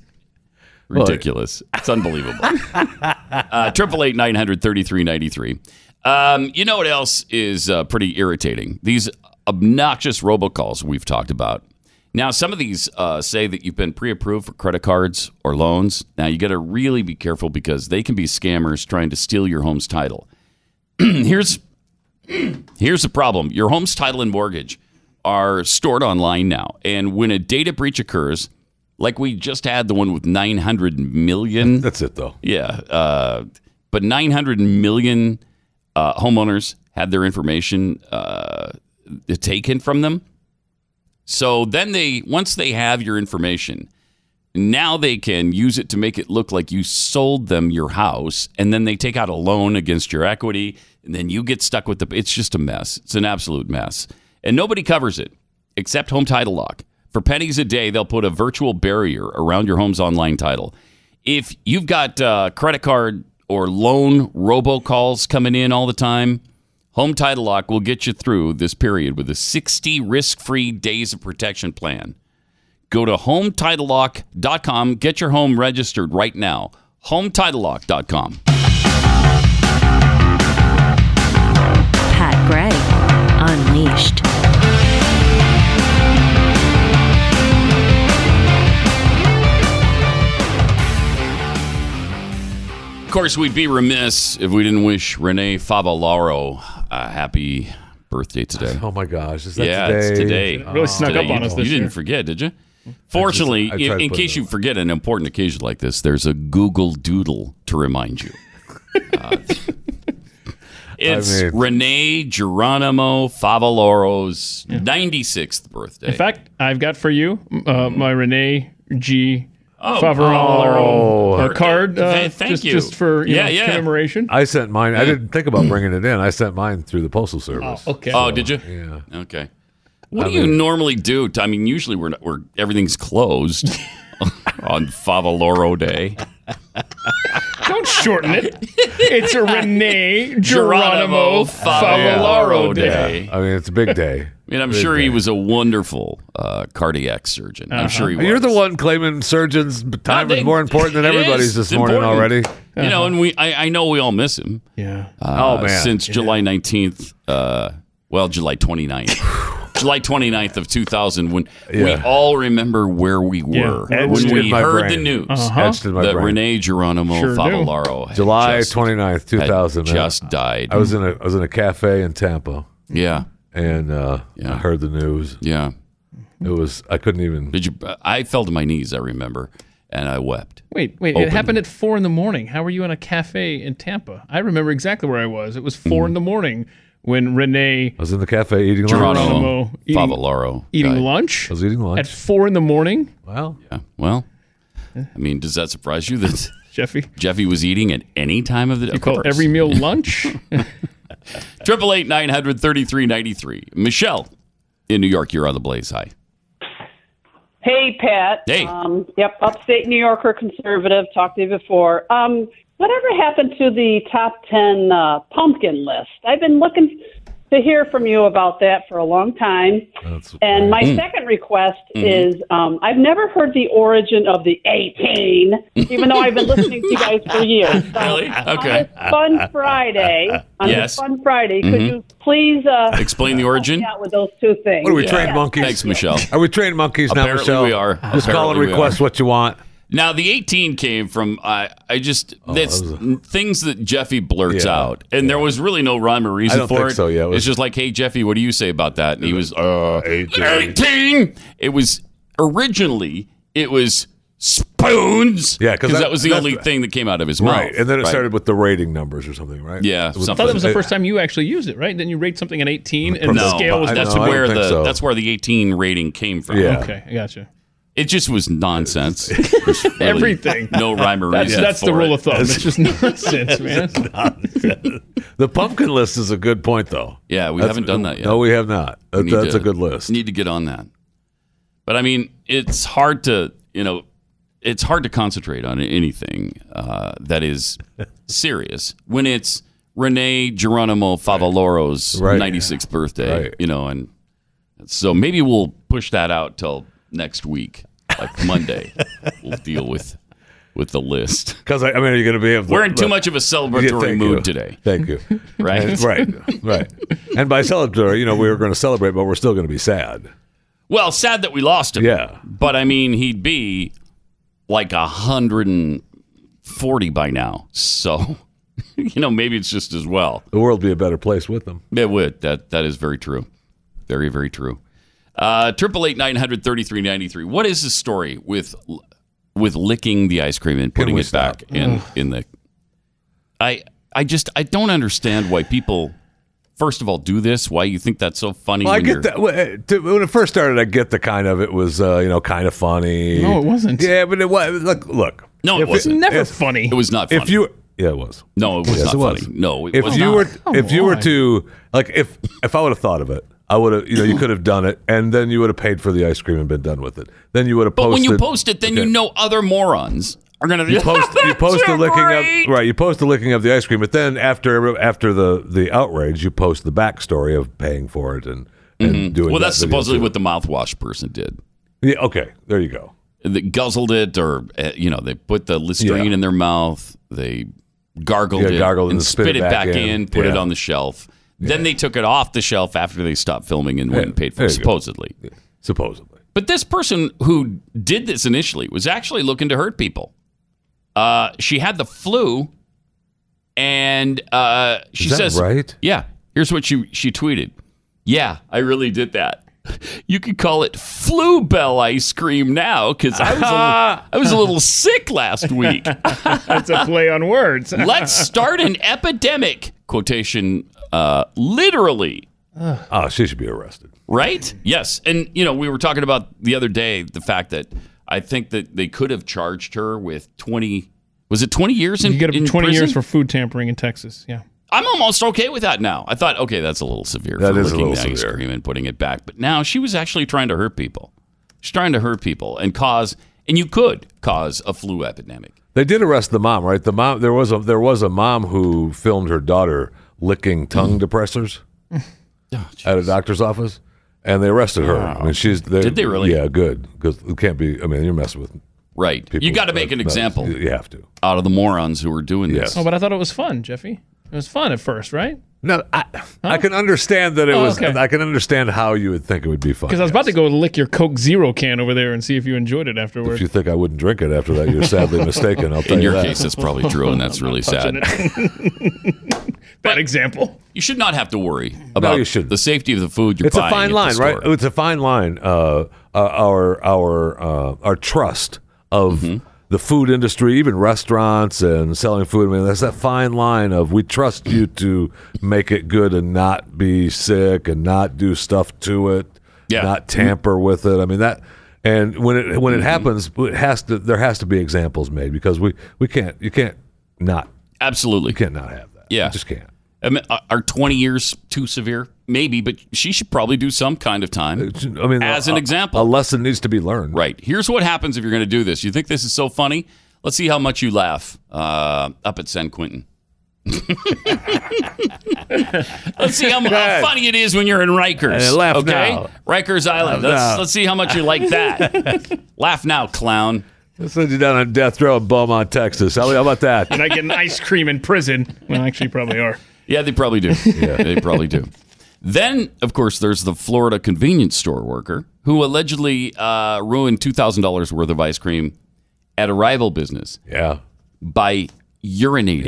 Ridiculous. It's unbelievable. Uh, Triple eight nine hundred thirty three ninety three. Um, you know what else is uh, pretty irritating? These obnoxious robocalls we've talked about. Now, some of these uh, say that you've been pre-approved for credit cards or loans. Now, you got to really be careful because they can be scammers trying to steal your home's title. here's here's the problem: your home's title and mortgage are stored online now, and when a data breach occurs, like we just had the one with nine hundred million.
That's it, though.
Yeah. Uh, but 900 million uh, homeowners had their information uh, taken from them. So then they, once they have your information, now they can use it to make it look like you sold them your house and then they take out a loan against your equity and then you get stuck with the it's just a mess it's an absolute mess and nobody covers it except home title lock for pennies a day they'll put a virtual barrier around your home's online title if you've got uh, credit card or loan robocalls coming in all the time Home Title Lock will get you through this period with a 60 risk-free days of protection plan. Go to hometitlelock.com. Get your home registered right now. Hometitlelock.com.
Pat Gray, Unleashed.
Of course, we'd be remiss if we didn't wish Renee Favalaro a happy birthday today.
Oh my gosh! Is that
yeah,
today?
it's today.
Really snuck
Today.
up on
You-
us this
You
year.
didn't forget, did you? Fortunately,
I tried
in,
to
in
put it
case you forget an important occasion like this, there's a Google Doodle to remind you. Uh, it's
mean-
Rene Geronimo Favaloro's 96th birthday.
In fact, I've got for you uh,
Mm-hmm.
my Renee G. Oh,
oh.
uh, card. Uh,
Th- thank
just,
you.
Just for you
Yeah,
know,
yeah. Uh,
commemoration.
I sent mine. I didn't think about bringing it in. I sent mine through the postal service.
Okay.
Hmm. Oh, did you?
Yeah.
Okay. What do you normally do? to- I mean, usually we're, not, we're everything's closed on Favaloro Day.
Don't shorten it. It's a Renee
Geronimo
Geronimo Favalaro
Favaloro
Day.
Day.
I mean, it's a big day.
I mean, I'm sure he was a wonderful uh, cardiac surgeon.
Uh-huh.
I'm sure he was.
You're the one claiming surgeons' time
They-
is more important than
it
everybody's
is.
this
It's
morning
important.
already.
You know, and we I, I know we all miss him.
Yeah.
Uh,
Oh, man.
Since July 19th, uh, well, July 29th. July 29th of 2000 when we
Yeah.
all remember where we were
Etched
when
in
we
my
heard
brain.
the
Uh-huh.
news
Etched in my
that
brain.
Rene Geronimo
Sure do.
Favalaro had
July
just,
29th, 2000.
had
man.
just died.
I was in a I was in a cafe in Tampa
yeah.
and uh,
Yeah.
I heard the news.
Yeah.
It was I couldn't even
Did you I fell to my knees, I remember, and I wept.
Wait, wait. It
Open.
happened at four in the morning. How were you in a cafe in Tampa? I remember exactly where I was. It was
Mm-hmm.
4 in the morning when Renee
I was in the cafe eating lunch.
Geronimo,
Geronimo eating-
Favalaro
eating
died.
lunch
I was eating
at
lunch.
four in the morning.
Well,
Yeah. Well, I mean, does that surprise you that
Jeffy,
Jeffy was eating at any time of the day? Of
call
course.
every meal lunch.
Triple eight nine hundred thirty three ninety three. Michelle in New York, you're on the blaze. Hi.
Hey, Pat.
Hey.
Um, yep, upstate New Yorker conservative. Talked to you before. Um, whatever happened to the top 10 uh, pumpkin list? I've been looking to hear from you about that for a long time.
that's
And my second request is um, I've never heard the origin of the 18, even though I've been listening to you guys for years. So
Really?
On
Okay.
this Fun Friday. On this
Yes.
Fun Friday. Could you please uh,
Explain the origin.
help me out with those two things?
what are we
Yeah.
trained monkeys?
Thanks, Michelle.
Are we trained monkeys now,
Apparently
Michelle?
we are.
Just call and
Apparently we
request what you want.
Now the 18 came from I. I just that's things that Jeffy blurts
Oh, Yeah.
out, and there was really no rhyme or reason
I don't
for
think
it.
so, yeah, it was-
it's just like, hey Jeffy, what do you say about that? And he was uh,
18.
18. It was originally it was spoons.
Yeah, 'cause
because that,
that-
was the
that's-
only thing that came out of his mouth.
Right. And then it started with the rating numbers or something, right?
Yeah,
It was-
I thought that was the
it-
first time you actually used it, right? Then you rate something at 18 and the
No,
scale was
I
that's
know, I
where
don't
the
think so.
that's where the 18 rating came from.
Yeah.
Okay, I gotcha.
It just was nonsense. There's really
Everything.
No rhyme or reason.
That's, that's the
for
rule
it.
of thumb. It's just nonsense, man.
The pumpkin list is a good point, though.
Yeah, we
That's-
haven't done that yet.
No, we have not. That-
need
that's
to-
a good list.
Need to get on that. But I mean, it's hard to you know, it's hard to concentrate on anything uh, that is serious when it's Rene Geronimo Favaloro's
Right.
96th birthday.
Right.
You know, and so maybe we'll push that out till next week, like Monday. we'll deal with with the list.
Because, I, I mean, are you going to be able to.
We're in too
look,
much of a
yeah,
celebratory
thank
mood
you.
today,
Thank you.
right?
right. Right. And by celebratory, you know, we were going to celebrate, but we're still going to be sad.
Well, sad that we lost him.
Yeah.
But I mean, he'd be like 140 by now. So, you know, maybe it's just as well.
The world would be a better place with them.
It would. That that is very true. Very very true. Uh, Triple eight nine hundred thirty three ninety three. What is the story with with licking the ice cream and putting
we
it back in in the? I I just I don't understand why people. First of all, do this. Why you think that's so funny?
Well, I
when you're-
get that. well, uh, to- When it first started, I get the kind of it was, uh, you know, kind of funny.
No, it wasn't.
Yeah, but it was. Look, look.
No, it
If
It's
wasn't.
never
If-
funny.
It was not funny.
If you, yeah, it was.
no, it was
Yes,
not
it was.
funny. No, it
if
was
you
not.
were if you were to like if if I would have thought of it, I would have you know you could have done it, and then you would have paid for the ice cream and been done with it. Then you would have
But
posted.
when you post it, then you
Okay.
know other morons are going to be
You post, you post the licking
great.
of right. You post the licking of the ice cream, but then after after the the outrage, you post the backstory of paying for it and, and doing.
Mm-hmm. Well,
that
that's
video
supposedly
too.
what the mouthwash person did.
Yeah, okay, there you go.
They guzzled it, or uh, you know, they put the listerine
Yeah.
in their mouth. They gargled
Yeah,
it,
gargled
and,
and
spit, it back, in, put it
Yeah.
on the shelf. Then they took it off the shelf after they stopped filming and went and paid for
there
it,
you go.
supposedly.
Supposedly,
But this person who did this initially was actually looking to hurt people. Uh, she had the flu, and uh, she
Is that
says,
right?
Yeah. Here's what she she tweeted. Yeah, I really did that. You could call it flu bell ice cream now because I was a little, I was a little sick last week.
That's a play on words.
Let's start an epidemic. Quotation uh, literally.
Oh, she should be arrested.
Right? Yes. And, you know, we were talking about the other day the fact that I think that they could have charged her with 20, was it 20 years in,
You get up to
in
20
prison?
years for food tampering in Texas. Yeah.
I'm almost okay with that now. I thought, okay, that's a little severe
That
for
is a
licking
little
the ice
severe.
cream and putting it back. But now she was actually trying to hurt people. She's trying to hurt people and cause, and you could cause a flu epidemic.
They did arrest the mom, right? The mom there was a there was a mom who filmed her daughter licking tongue depressors
Oh,
at a doctor's office, and they arrested her. I mean, she's they,
Did they really?
Yeah, good because it can't be. I mean, you're messing with
Right.
people.
you got to make an
That's-
example
You have to.
out of the morons who are doing this.
Yes.
Oh, but I thought it was fun, Jeffy. It was fun at first, right?
No, I I can understand that it
Oh,
was.
okay.
I can understand how you would think it would be fun.
Because I was about to go lick your Coke Zero can over there and see if you enjoyed it
If
afterwards.
you think I wouldn't drink it after that, you're sadly mistaken. I'll tell
In
you
your
that.
case, that's probably true, and that's really sad.
Bad example.
You should not have to worry about
you shouldn't.
the safety of the food you're
it's a
buying. at
fine
the
line, right?
store.
It's a fine line. Uh, uh, our our uh, our trust of
Mm-hmm.
the food industry, even restaurants and selling food. I mean, that's that fine line of we trust you to make it good and not be sick and not do stuff to it,
Yeah. Mm-hmm.
not tamper with it. I mean that. And when it when it happens, it has to there has to be examples made because we we can't you can't not
Absolutely.
you can't not have that.
Yeah.
you just can't.
I mean, are- are 20 years too severe? Maybe, but she should probably do some kind of time.
I mean,
As
a-
an
a-
example.
a lesson needs to be learned.
Right. Here's what happens if you're going to do this. You think this is so funny? Let's see how much you laugh uh, up at San Quentin. let's see how, mu- how funny it is when you're in Rikers.
Uh, laugh
okay,
now.
Rikers Island.
Laugh
Let's,
now.
let's see how much you like that. laugh now, clown.
Let's send you down on death row in Beaumont, Texas. How how about that?
And I get an ice cream in prison. Well, actually, you probably are.
Yeah, they probably do. Yeah, they probably do. Then, of course, there's the Florida convenience store worker who allegedly uh, ruined two thousand dollars worth of ice cream at a rival business
Yeah.
by urinating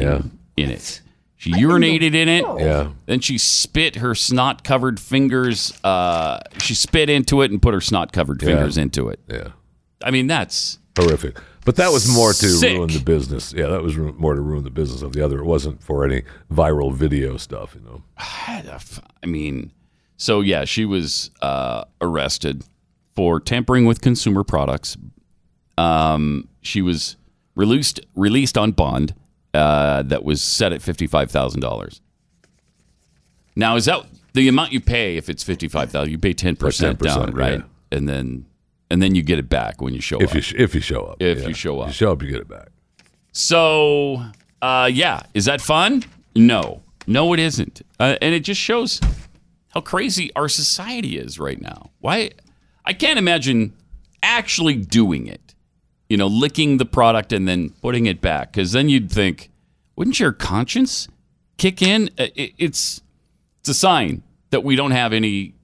Yeah.
in it. She urinated in it.
Yeah.
Then she spit her snot-covered fingers. Uh, she spit into it and put her snot-covered fingers into it.
Yeah.
I mean, that's
Horrific. But that was more to
Sick.
ruin the business. Yeah, that was ru- more to ruin the business of the other. It wasn't for any viral video stuff, you know.
I mean, so yeah, she was uh, arrested for tampering with consumer products. Um, she was released released on bond uh, that was set at fifty five thousand dollars. Now is that the amount you pay if it's fifty five thousand? You pay ten percent down,
10%,
right?
yeah.
And then and then you get it back when you show
If
up.
you sh- if you show up.
If
yeah.
you show up.
you show up, you get it back.
So, uh, yeah, is that fun? No, no, it isn't, uh, and it just shows how crazy our society is right now. Why? I can't imagine actually doing it. You know, licking the product and then putting it back, because then you'd think, wouldn't your conscience kick in? Uh, It, it's it's a sign that we don't have any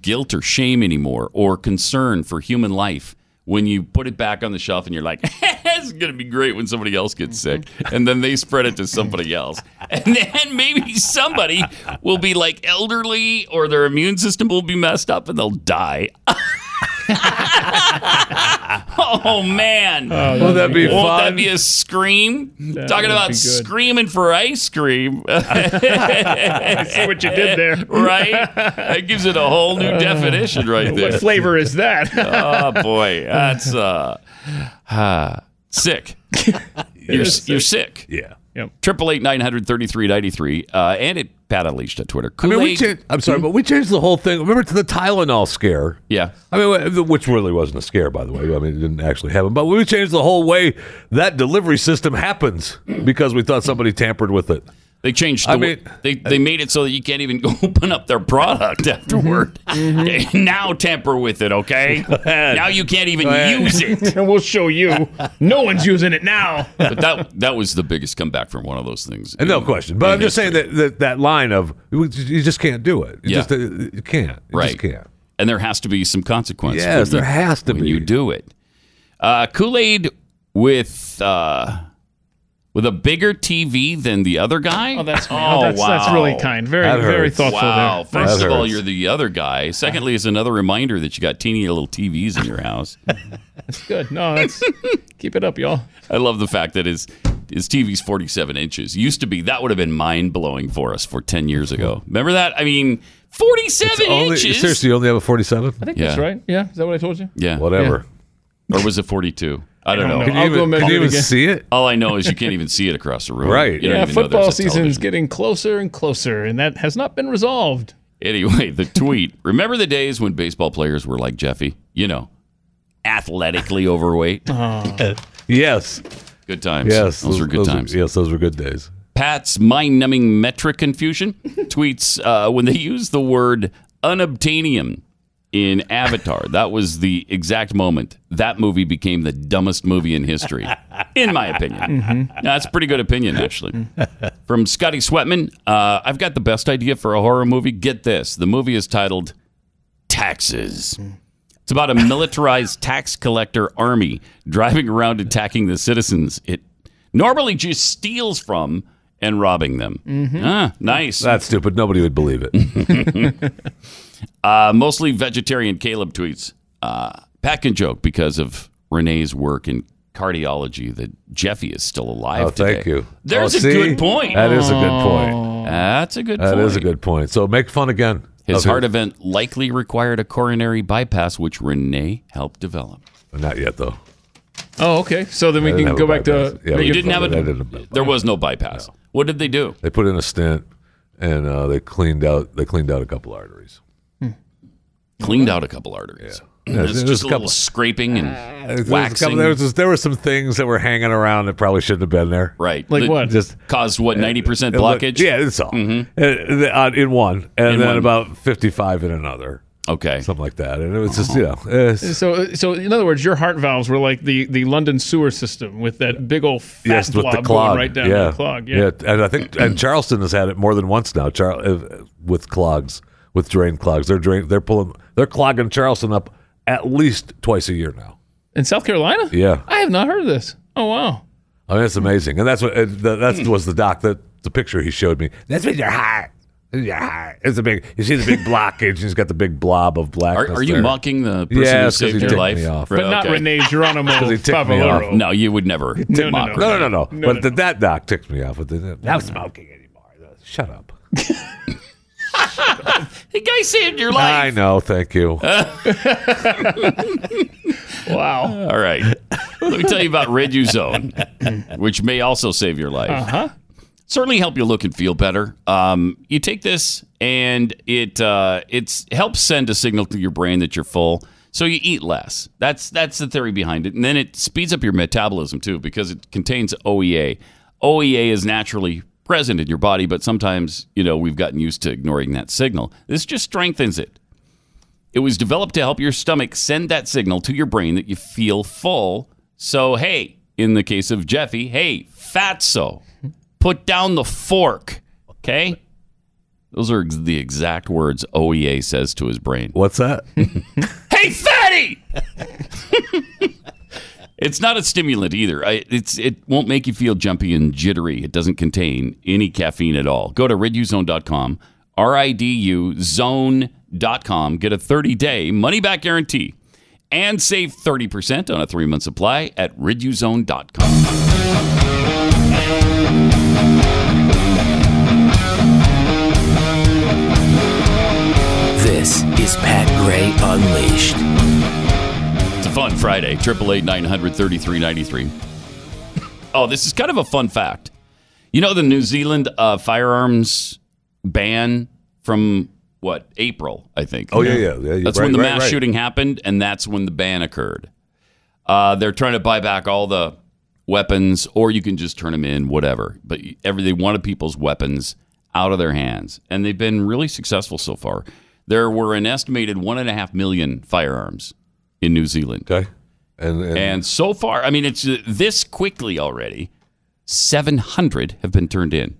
guilt or shame anymore or concern for human life when you put it back on the shelf and you're like, it's going to be great when somebody else gets sick. And then they spread it to somebody else. And then maybe somebody will be like elderly or their immune system will be messed up and they'll die. oh, man.
Won't that be
Won't
fun?
that be a scream? Talking
would
about
be good.
screaming for ice cream.
See what you did there.
right? That gives it a whole new definition right there.
What flavor is that?
Oh boy, that's uh, ah, sick. You're you're sick.
yeah.
Triple eight nine hundred thirty three ninety three, uh, and it Pat unleashed on Twitter.
I mean, we
Kool-Aid-
changed, I'm sorry, but we changed the whole thing. Remember to the Tylenol scare?
Yeah.
I mean, wh- which really wasn't a scare, by the way. I mean, it didn't actually happen. But we changed the whole way that delivery system happens because we thought somebody tampered with it.
They changed. The,
I Mm-hmm. mean-
they they made it so that you can't even open up their product afterward.
Mm-hmm.
Okay, now tamper with it, okay? now you can't even use it.
and we'll show you. No one's using it now.
But that that was the biggest comeback from one of those things.
And no
in-
question. But
in
I'm just
history.
saying that, that that line of you just- you just can't do it. You
Yeah.
just uh, you can't. You
Right.
just can't.
and there has to be some consequence.
Yes,
when
there has to
when
be.
you do it. Uh, Kool Aid with uh, with a bigger TV than the other guy. Oh,
that's oh, that's- that's really kind. Very- That very hurts. thoughtful
Wow.
there.
First
That
of all,
hurts.
you're the other guy. Secondly, is another reminder that you got teeny little TVs in your house.
That's good. No, that's keep it up, y'all.
I love the fact that his his TV's 47 inches. Used to be that would have been mind blowing for us for 10 years ago. Remember that? I mean, 47
Only,
inches.
seriously, you only have a 47?
I think
Yeah.
that's right. Yeah, is that what I told you?
Yeah.
Whatever.
Or was it 42? I don't,
I
know.
don't know. Can you I'll even- go measure
can you it even again.
see
it?
All I know is you can't even see it across the room.
Right.
You don't
yeah,
even know there's
football
a
season
television.
is getting closer and closer, and that has not been resolved.
Anyway, the tweet. Remember the days when baseball players were like Jeffy? You know, athletically overweight.
Yes.
Good times.
Yes.
Those, were good times.
yes, those were good days.
Pat's mind numbing metric confusion tweets uh, when they use the word unobtainium in Avatar. That was the exact moment that movie became the dumbest movie in history, in my opinion. Now, that's a pretty good opinion, actually. From Scotty Sweatman uh, I've got the best idea for a horror movie. Get this the movie is titled Taxes. It's about a militarized tax collector army driving around attacking the citizens. It normally just steals from and robbing them. Ah, nice.
That's stupid. Nobody would believe it.
Uh, mostly vegetarian Caleb tweets. Uh, Pat can joke because of Renee's work in cardiology that Jeffy is still alive
oh,
today.
thank you.
There's
Oh,
a
see?
good point.
That is a
Oh,
good point.
That's a good
That
point.
is a good point. So make fun again.
His
of
heart event likely required a coronary bypass, which Renee helped develop.
Not yet, though.
Oh, okay. So then we
I
can
didn't have
go
a
back to
bypass. Yeah, we
you didn't have
didn't-
a,
I didn't have a
There was no bypass. What did they do?
They put in a stent, and uh, they cleaned out they cleaned out a couple arteries.
Cleaned out a couple arteries.
Yeah. Yeah,
It's
there's
just
a
a little
couple-
scraping
There
and
was, a couple-
waxing.
there, was just- there were some things that were hanging around that probably shouldn't have been there.
right.
Like
That
what?
Just
Caused what, 90%
it looked-
blockage?
yeah, it's all Uh, uh, in one, and
In
then
one.
about fifty-five in another,
Okay.
something like that. And it was just you know, it's-
So, so in other words, your heart valves were like the, the London sewer system with that big old fat
yes, with
blob
the clog,
going right down
yeah,
the clog. Yeah.
And I think and Charleston has had it more than once now. Char- uh, with clogs, with drain clogs, they're drain, they're pulling, they're clogging Charleston up at least twice a year now.
In South Carolina?
Yeah.
I have not heard of this. Oh wow.
I mean, it's amazing, and that's what uh, the,
Hmm.
that was the doc that the picture he showed me. That's with your heart. This is Your heart. It's a big. You see the big blockage. He's got the big blob of blackness.
Are, are you
there.
mocking the person
Yeah,
who
it's 'cause he
saved your
ticked
life?
me off.
But not
Okay.
Rene Geronimo
he ticked me
Favaloro.
No, you would never
no,
mock Renee.
No, no, no, no.
No,
but
no,
the, that doc ticked me off. With the,
Not smoking anymore.
shut up.
The guy saved your life.
I know. Thank you.
Wow.
All right. Let me tell you about Reduzone, which may also save your life.
Uh-huh.
Certainly help you look and feel better. Um, you take this, and it uh, it's helps send a signal to your brain that you're full, so you eat less. That's that's the theory behind it, and then it speeds up your metabolism too because it contains E OEA. OEA is naturally present in your body, but sometimes you know we've gotten used to ignoring that signal. This just strengthens it. It was developed to help your stomach send that signal to your brain that you feel full. So, hey, in the case of Jeffy, hey, fatso, put down the fork. Okay? Those are the exact words OEA says to his brain.
What's that?
Hey, fatty! it's not a stimulant either. I, it's it won't make you feel jumpy and jittery. It doesn't contain any caffeine at all. Go to riduzone.com, R I D U zone.com, get a 30 day money back guarantee and save 30% on a three month supply at riduzone.com.
This is Pat Gray Unleashed.
It's a fun Friday, 888 933 Oh, this is kind of a fun fact. You know the New Zealand uh, firearms ban from what April, I think.
Oh, yeah, yeah, yeah, yeah,
That's
right,
when the
right,
mass
right.
shooting happened, and that's when the ban occurred. Uh, they're trying to buy back all the weapons, or you can just turn them in, whatever. But every they wanted people's weapons out of their hands, and they've been really successful so far. There were an estimated one and a half million firearms in New Zealand.
Okay. And, and,
And so far, I mean, it's uh, this quickly already. Seven hundred have been turned in.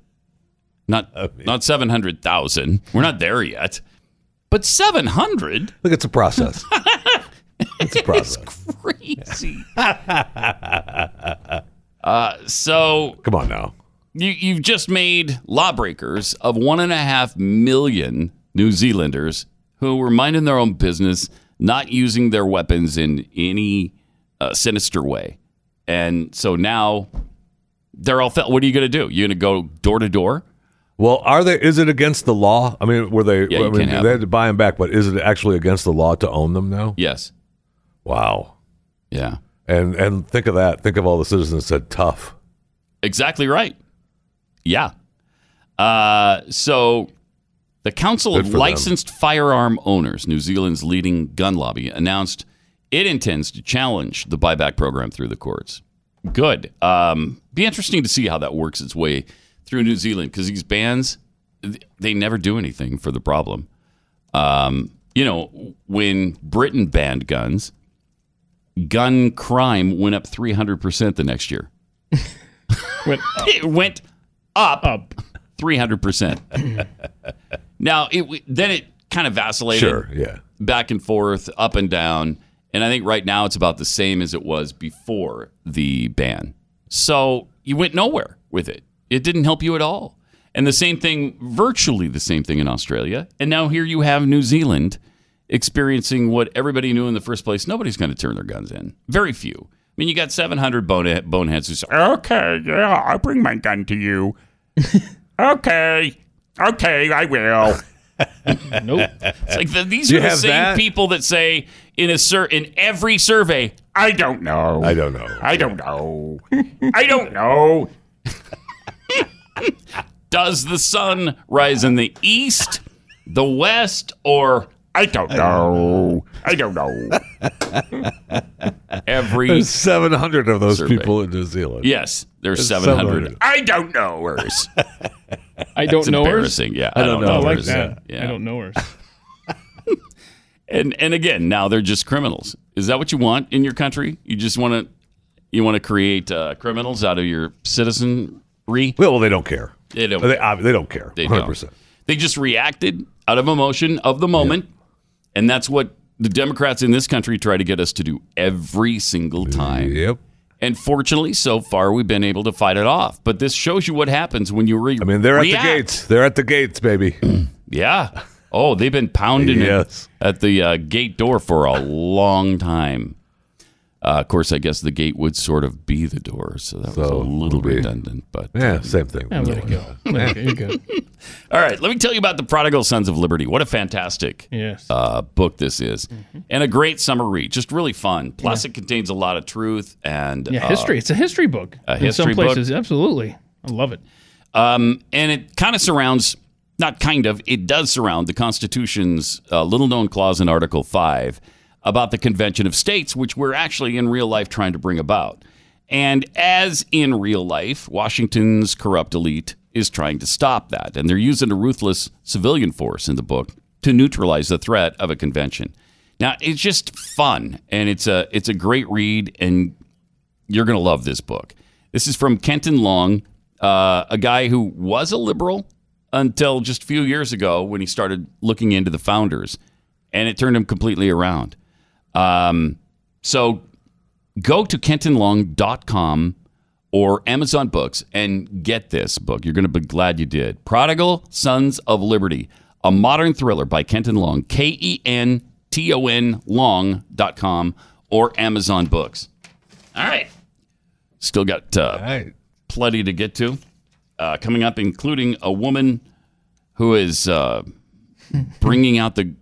Not not seven hundred thousand. We're not there yet, but seven hundred.
look, it's a process. it's a process.
Crazy. Uh, so
come on now.
You you've just made lawbreakers of one and a half million New Zealanders who were minding their own business, not using their weapons in any uh, sinister way, and so now they're all. Fel- what are you going to do? You going to go door to door?
Well, are they? Is it against the law? I mean, were they?
you
I mean,
can't have
they had to buy them back, but is it actually against the law to own them now?
Yes.
Wow.
Yeah.
And and think of that. Think of all the citizens that said tough.
Exactly right. Yeah. Uh, so the Council
Good
of
for them.
Licensed Firearm Owners, New Zealand's leading gun lobby, announced it intends to challenge the buyback program through the courts. Good. Um, be interesting to see how that works its way through New Zealand because these bans, th- they never do anything for the problem. Um, you know, when Britain banned guns, gun crime went up 300% the next year.
went
it went up, 300%. now, it w- then it kind of vacillated
Sure, yeah.
back and forth, up and down. And I think right now it's about the same as it was before the ban. So you went nowhere with it. It didn't help you at all. And the same thing, virtually the same thing in Australia. And now here you have New Zealand experiencing what everybody knew in the first place. Nobody's going to turn their guns in. Very few. I mean, you got 700 bonehead, boneheads who say, okay, yeah, I'll bring my gun to you. okay, okay, I will.
nope.
It's like the, these
You
are the
have
same
that?
people that say in a sur- in every survey, I don't know.
I don't know.
I don't know. I don't know. Does the sun rise in the east, the west, or I don't know. I don't know. Every
There's 700 of those
survey.
people in New Zealand.
Yes, there's
There's
700.
700.
I don't know hers.
I don't
It's
know hers?
embarrassing. Yeah,
I don't know. I like
hers.
that.
Yeah.
I don't know hers.
And and again, now they're just criminals. Is that what you want in your country? You just want to you want to create uh, criminals out of your citizenry?
Well, they don't care.
They don't.
They, ob- they don't care.
They
100%.
don't. They just reacted out of emotion of the moment, and that's what the Democrats in this country try to get us to do every single time.
Yep.
And fortunately, so far we've been able to fight it off. But this shows you what happens when you re- I mean,
They're at the gates. They're at the gates, baby.
Yeah. Oh, they've been pounding it
Yes.
at the uh, gate door for a long time. Uh, of course, I guess the gate would sort of be the door, so that was a little redundant. But
Yeah, same thing.
Yeah, let it go. Let it go. You're good.
all right, let me tell you about the Prodigal Sons of Liberty. What a fantastic
Yes.
uh, book this is, and a great summer read. Just really fun. Plus, it contains a lot of truth and
Yeah,
uh,
history. it's a history book.
a
in some
history book.
places, absolutely. I love it.
Um, and it kind of surrounds, not kind of, it does surround the Constitution's uh, little known clause in Article 5 about the Convention of States, which we're actually in real life trying to bring about. And as in real life, Washington's corrupt elite is trying to stop that. And they're using a ruthless civilian force in the book to neutralize the threat of a convention. Now, it's just fun and it's a it's a great read and you're going to love this book. This is from Kenton Long, uh, a guy who was a liberal until just a few years ago when he started looking into the founders, and it turned him completely around. Um, so go to kentonlong.com or Amazon Books and get this book. You're going to be glad you did. Prodigal Sons of Liberty, a modern thriller by Kenton Long, K E N T O N long.com or Amazon Books. All right. Still got uh, plenty to get to uh, coming up, including a woman who is uh, bringing out the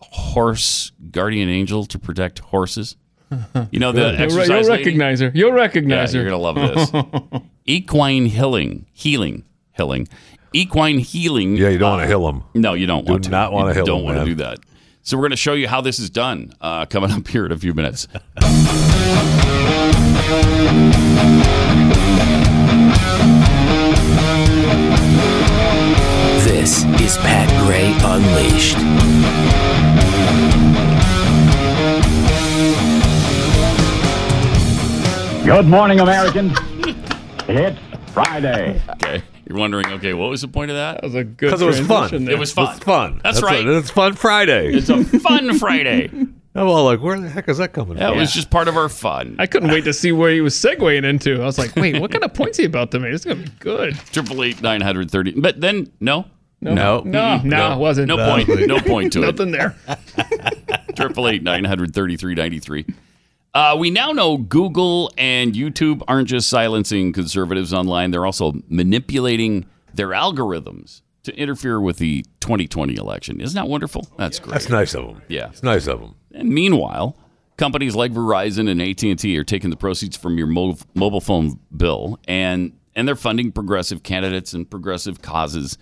horse guardian angel to protect horses. You know the
You'll, re-
exercise
you'll
lady?
recognize her. You'll recognize
Yeah,
her.
you're gonna love this. Equine healing, healing, healing, equine healing. Yeah,
you don't want to heal them.
No, you don't
Do
want to.
not wanna
You
heal
Don't
'em,
want to
man.
do that. So we're going to show you how this is done uh, coming up here in a few minutes.
This is Pat Gray Unleashed.
Good morning, Americans. it's Friday.
Okay, you're wondering. Okay, what was the point of that? That
was a good.
Because it was fun.
transition there.
It was fun.
It's fun.
That's, right.
A, it's Fun Friday.
It's a fun Friday.
I'm all like, where the heck is that coming
That
from?
was just part of our fun.
I couldn't wait to see where he was segueing into. I was like, wait, what kind of points he about to make? It's gonna be good.
Triple eight nine hundred thirty. But then no,
No. No. No,
Mm-mm.
no, it wasn't.
No
No.
point. No point to it.
Nothing there.
Triple eight nine hundred thirty three ninety three. Uh, we now know Google and YouTube aren't just silencing conservatives online; they're also manipulating their algorithms to interfere with the 2020 election. Isn't that wonderful? That's great.
That's nice of them.
Yeah.
It's nice of them.
And meanwhile, companies like Verizon and AT&T are taking the proceeds from your mo- mobile phone bill and and they're funding progressive candidates and progressive causes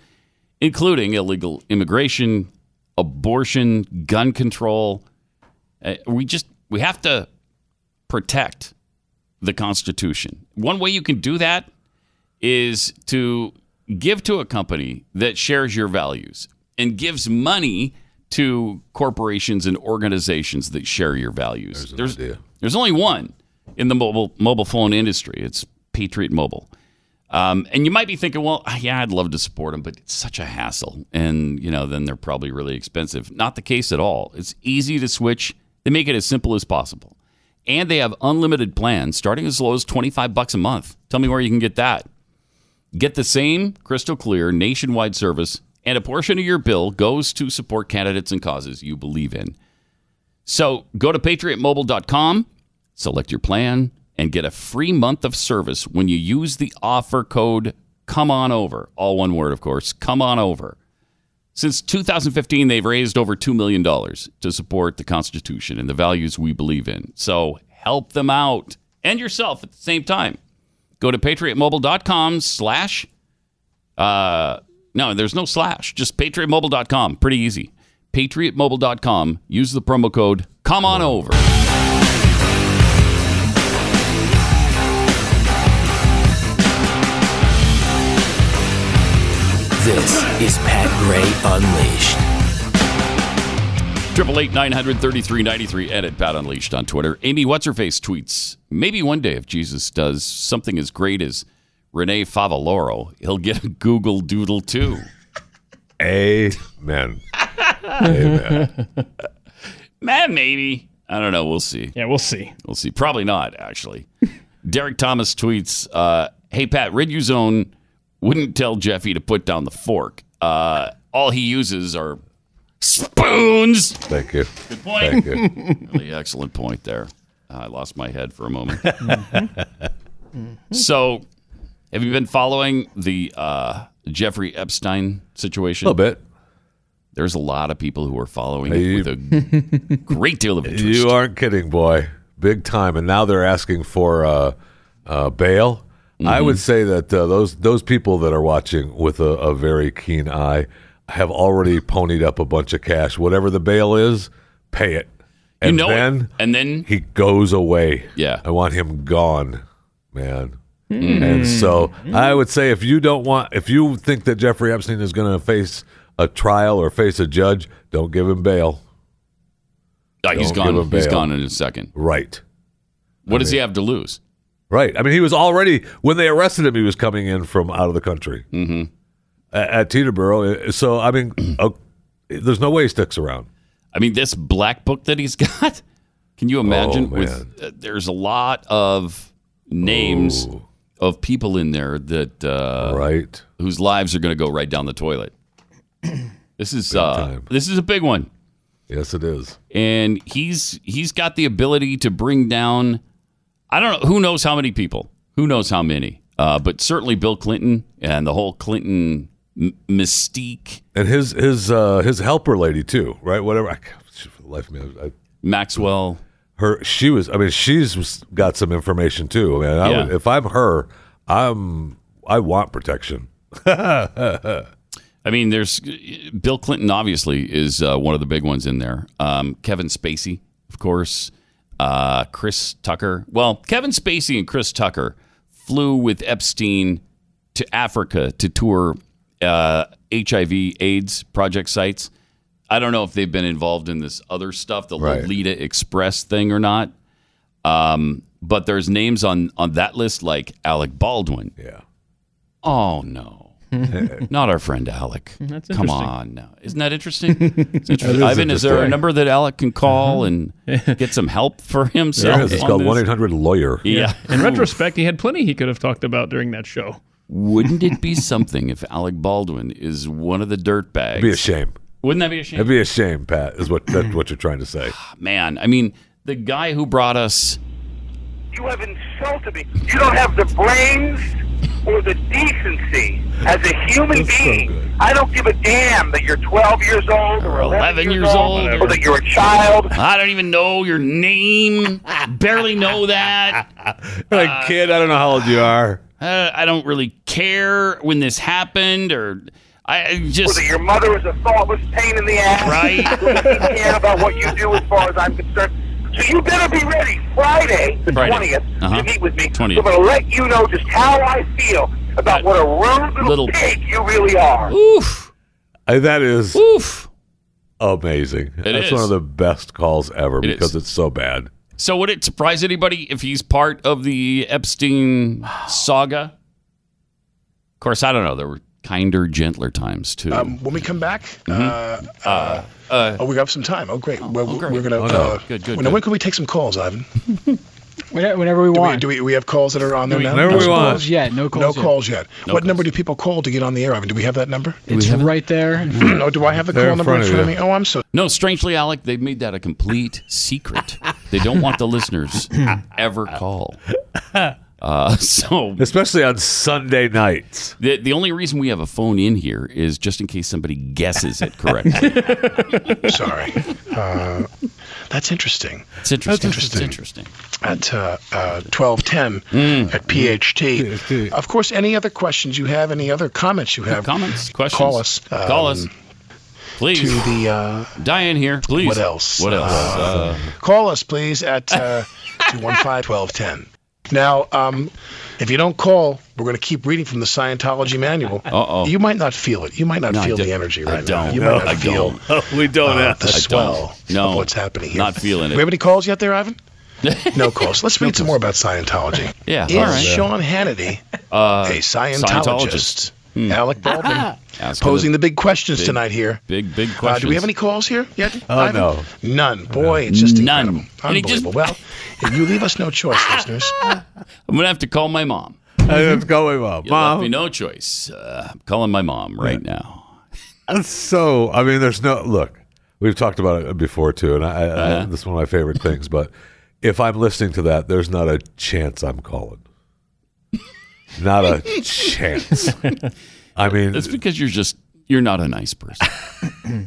including illegal immigration, abortion, gun control. Uh, we just we have to protect the Constitution. One way you can do that is to give to a company that shares your values and gives money to corporations and organizations that share your values. There's there's, only one in the mobile mobile phone industry. It's Patriot Mobile. Um, and you might be thinking, well, ah, yeah, I'd love to support them, but it's such a hassle. And, you know, then they're probably really expensive. Not the case at all. It's easy to switch. They make it as simple as possible. And they have unlimited plans starting as low as 25 bucks a month. Tell me where you can get that. Get the same crystal clear nationwide service, and a portion of your bill goes to support candidates and causes you believe in. So go to patriotmobile.com, select your plan, and get a free month of service when you use the offer code come on over. All one word, of course. Come on over. Since 2015, they've raised over $2 million to support the Constitution and the values we believe in. So help them out and yourself at the same time. Go to patriotmobile.com slash, uh, no, there's no slash, just patriotmobile.com. Pretty easy. Patriotmobile.com. Use the promo code come on over.
This is Pat Gray Unleashed.
Triple eight nine hundred thirty three ninety three. Edit Pat Unleashed on Twitter. Amy What's Her Face tweets: Maybe one day, if Jesus does something as great as Rene Favaloro, he'll get a Google Doodle too.
Amen. Amen.
Man, maybe. I don't know. We'll see.
Yeah, we'll see.
We'll see. Probably not, actually. Derek Thomas tweets, uh, "Hey Pat, Riduzone wouldn't tell Jeffy to put down the fork. Uh, all he uses are spoons."
Thank you.
Good point.
Thank you.
really excellent point there. I lost my head for a moment. so, have you been following the uh, Jeffrey Epstein situation?
A little bit.
There's a lot of people who are following
Hey,
it with a great deal of interest.
You aren't kidding, boy. Big time. And now they're asking for uh, uh, bail. I
Mm-hmm.
would say that uh, those those people that are watching with a, a very keen eye have already ponied up a bunch of cash. Whatever the bail is, pay it.
You
And
know it.
then
And then,
he goes away.
yeah, Hmm.
I want him gone, man. And so I would say if you don't want, if you think that Jeffrey Epstein is going to face a trial or face a judge, don't give him bail.
Oh, he's
Don't give
gone.
him
He's
bail.
gone in a second.
Right.
What does he have to lose?
Right. I mean, he was already, when they arrested him, he was coming in from out of the country
Mm-hmm.
at, at Teterboro. Uh, So, I mean, uh, there's no way he sticks around.
I mean, this black book that he's got. Can you imagine?
Oh, man. Oh.
with uh, there's a lot of names
Ooh.
of people in there that uh,
Right.
whose lives are going to go right down the toilet. This is uh,
time.
this is a big one,
Yes, it is.
and he's he's got the ability to bring down. I don't know who knows how many people, who knows how many, uh, but certainly Bill Clinton and the whole Clinton m- mystique.
And his, his, uh, his helper lady, too, right? Whatever. I, for the life of me, I, I
Maxwell,
her she was i mean she's got some information too i mean I
Yeah.
would, if i'm her i'm i want protection
I mean, there's Bill Clinton. Obviously, is uh, one of the big ones in there. Um, Kevin Spacey, of course. Uh, Chris Tucker. Well, Kevin Spacey and Chris Tucker flew with Epstein to Africa to tour uh, HIV/AIDS project sites. I don't know if they've been involved in this other stuff, the
Right.
Lolita Express thing or not. Um, but there's names on on that list like Alec Baldwin.
yeah
Oh no. Not our friend Alec.
That's
Come
interesting.
on now. Isn't that interesting? It's interesting.
is
Ivan, is there a
interesting.
number that Alec can call
Uh-huh.
and get some help for himself?
There is. It's
on
called
this?
1-800-LAWYER.
Yeah.
In retrospect, he had plenty he could have talked about during that show.
Wouldn't it be something if Alec Baldwin is one of the dirtbags?
It'd be a shame.
Wouldn't that be a shame?
It'd be a shame, Pat, is what that's what you're trying to say.
Man, I mean, the guy who brought us
You have insulted me. You don't have the brains or the decency as a human being. I don't give a damn that you're 12 years old or 11,
11 years old,
or that you're a child.
I don't even know your name. Barely know that.
Like, kid, I don't know how old you are.
Uh, I don't really care when this happened, or I I
Or
just
that your mother is a thoughtless pain in the ass.
Right.
Doesn't care about what you do as far as I'm concerned. So you better be ready Friday, the
Friday.
20th,
Uh-huh.
to meet with me.
20th.
I'm going to let you know just how I feel about what a rude little,
Little-
pig you really are.
Oof.
I- that is
Oof.
amazing. that's
is.
one of the best calls ever because it's so bad.
So would it surprise anybody if he's part of the Epstein saga? Of course, I don't know. There were kinder, gentler times too.
Um, when we come back,
Mm-hmm.
uh, uh, oh, we got some time. Oh, great. well, We're gonna.
Oh, no.
uh,
Good, good,
When,
good.
when can we take some calls, Ivan?
Whenever, whenever we
Do
want.
we, do we, we have calls that are on there
We-
now?
Whenever
No
we want.
calls
yet, no calls
No
yet.
calls yet.
No
what number do people call to get on the air, Ivan? Do we have that number?
it's right there.
oh, do I have the
There
call
Hmm. in
number in
front of
front of
you.
me? Oh, I'm so.
No, strangely, Alec, they've made that a complete secret. They don't want the listeners to ever call. Uh, so,
especially on Sunday nights.
The, the only reason we have a phone in here is just in case somebody guesses it correctly.
Sorry. Uh, that's interesting.
It's interesting.
That's
It's
interesting.
interesting.
At uh, uh, 1210
Hmm.
at PHT. Of course, any other questions you have, any other comments you have,
comments, questions,
call us.
Call us,
um,
please.
To the uh,
Diane here, please.
What else?
What else?
Uh,
Uh,
call us, please, at uh, 215 1210. Now, um, if you don't call, we're going to keep reading from the Scientology manual.
Uh-oh.
You might not feel it. You might not
No, I
feel
don't-
the energy
I
right now.
don't.
You
No,
might not
I
feel
we don't
uh, the
I don't.
swell
No.
of what's happening here.
Not feeling
Do we have
it.
any calls yet there, Ivan? no calls. Let's read some more about Scientology.
Yeah,
Is
all
Sean
right.
Hannity
Uh,
a Scientologist? Alec Baldwin
Hmm. Ask
posing
her
the big questions
big-
tonight here.
Big, big
Uh,
questions.
do we have any calls here yet?
Oh,
Ivan?
no.
None. Boy, it's just
None.
incredible.
And it just-
Unbelievable. Well, if you leave us no choice, listeners.
I'm gonna have to call my mom.
It's going well.
You
Mom.
left me no choice. Uh, I'm calling my mom right now.
That's so I mean, there's no look. We've talked about it before too, and I, I,
Uh-huh.
I this is one of my favorite things. But if I'm listening to that, there's not a chance I'm calling. Not a chance. I mean,
That's because you're just you're not a nice person.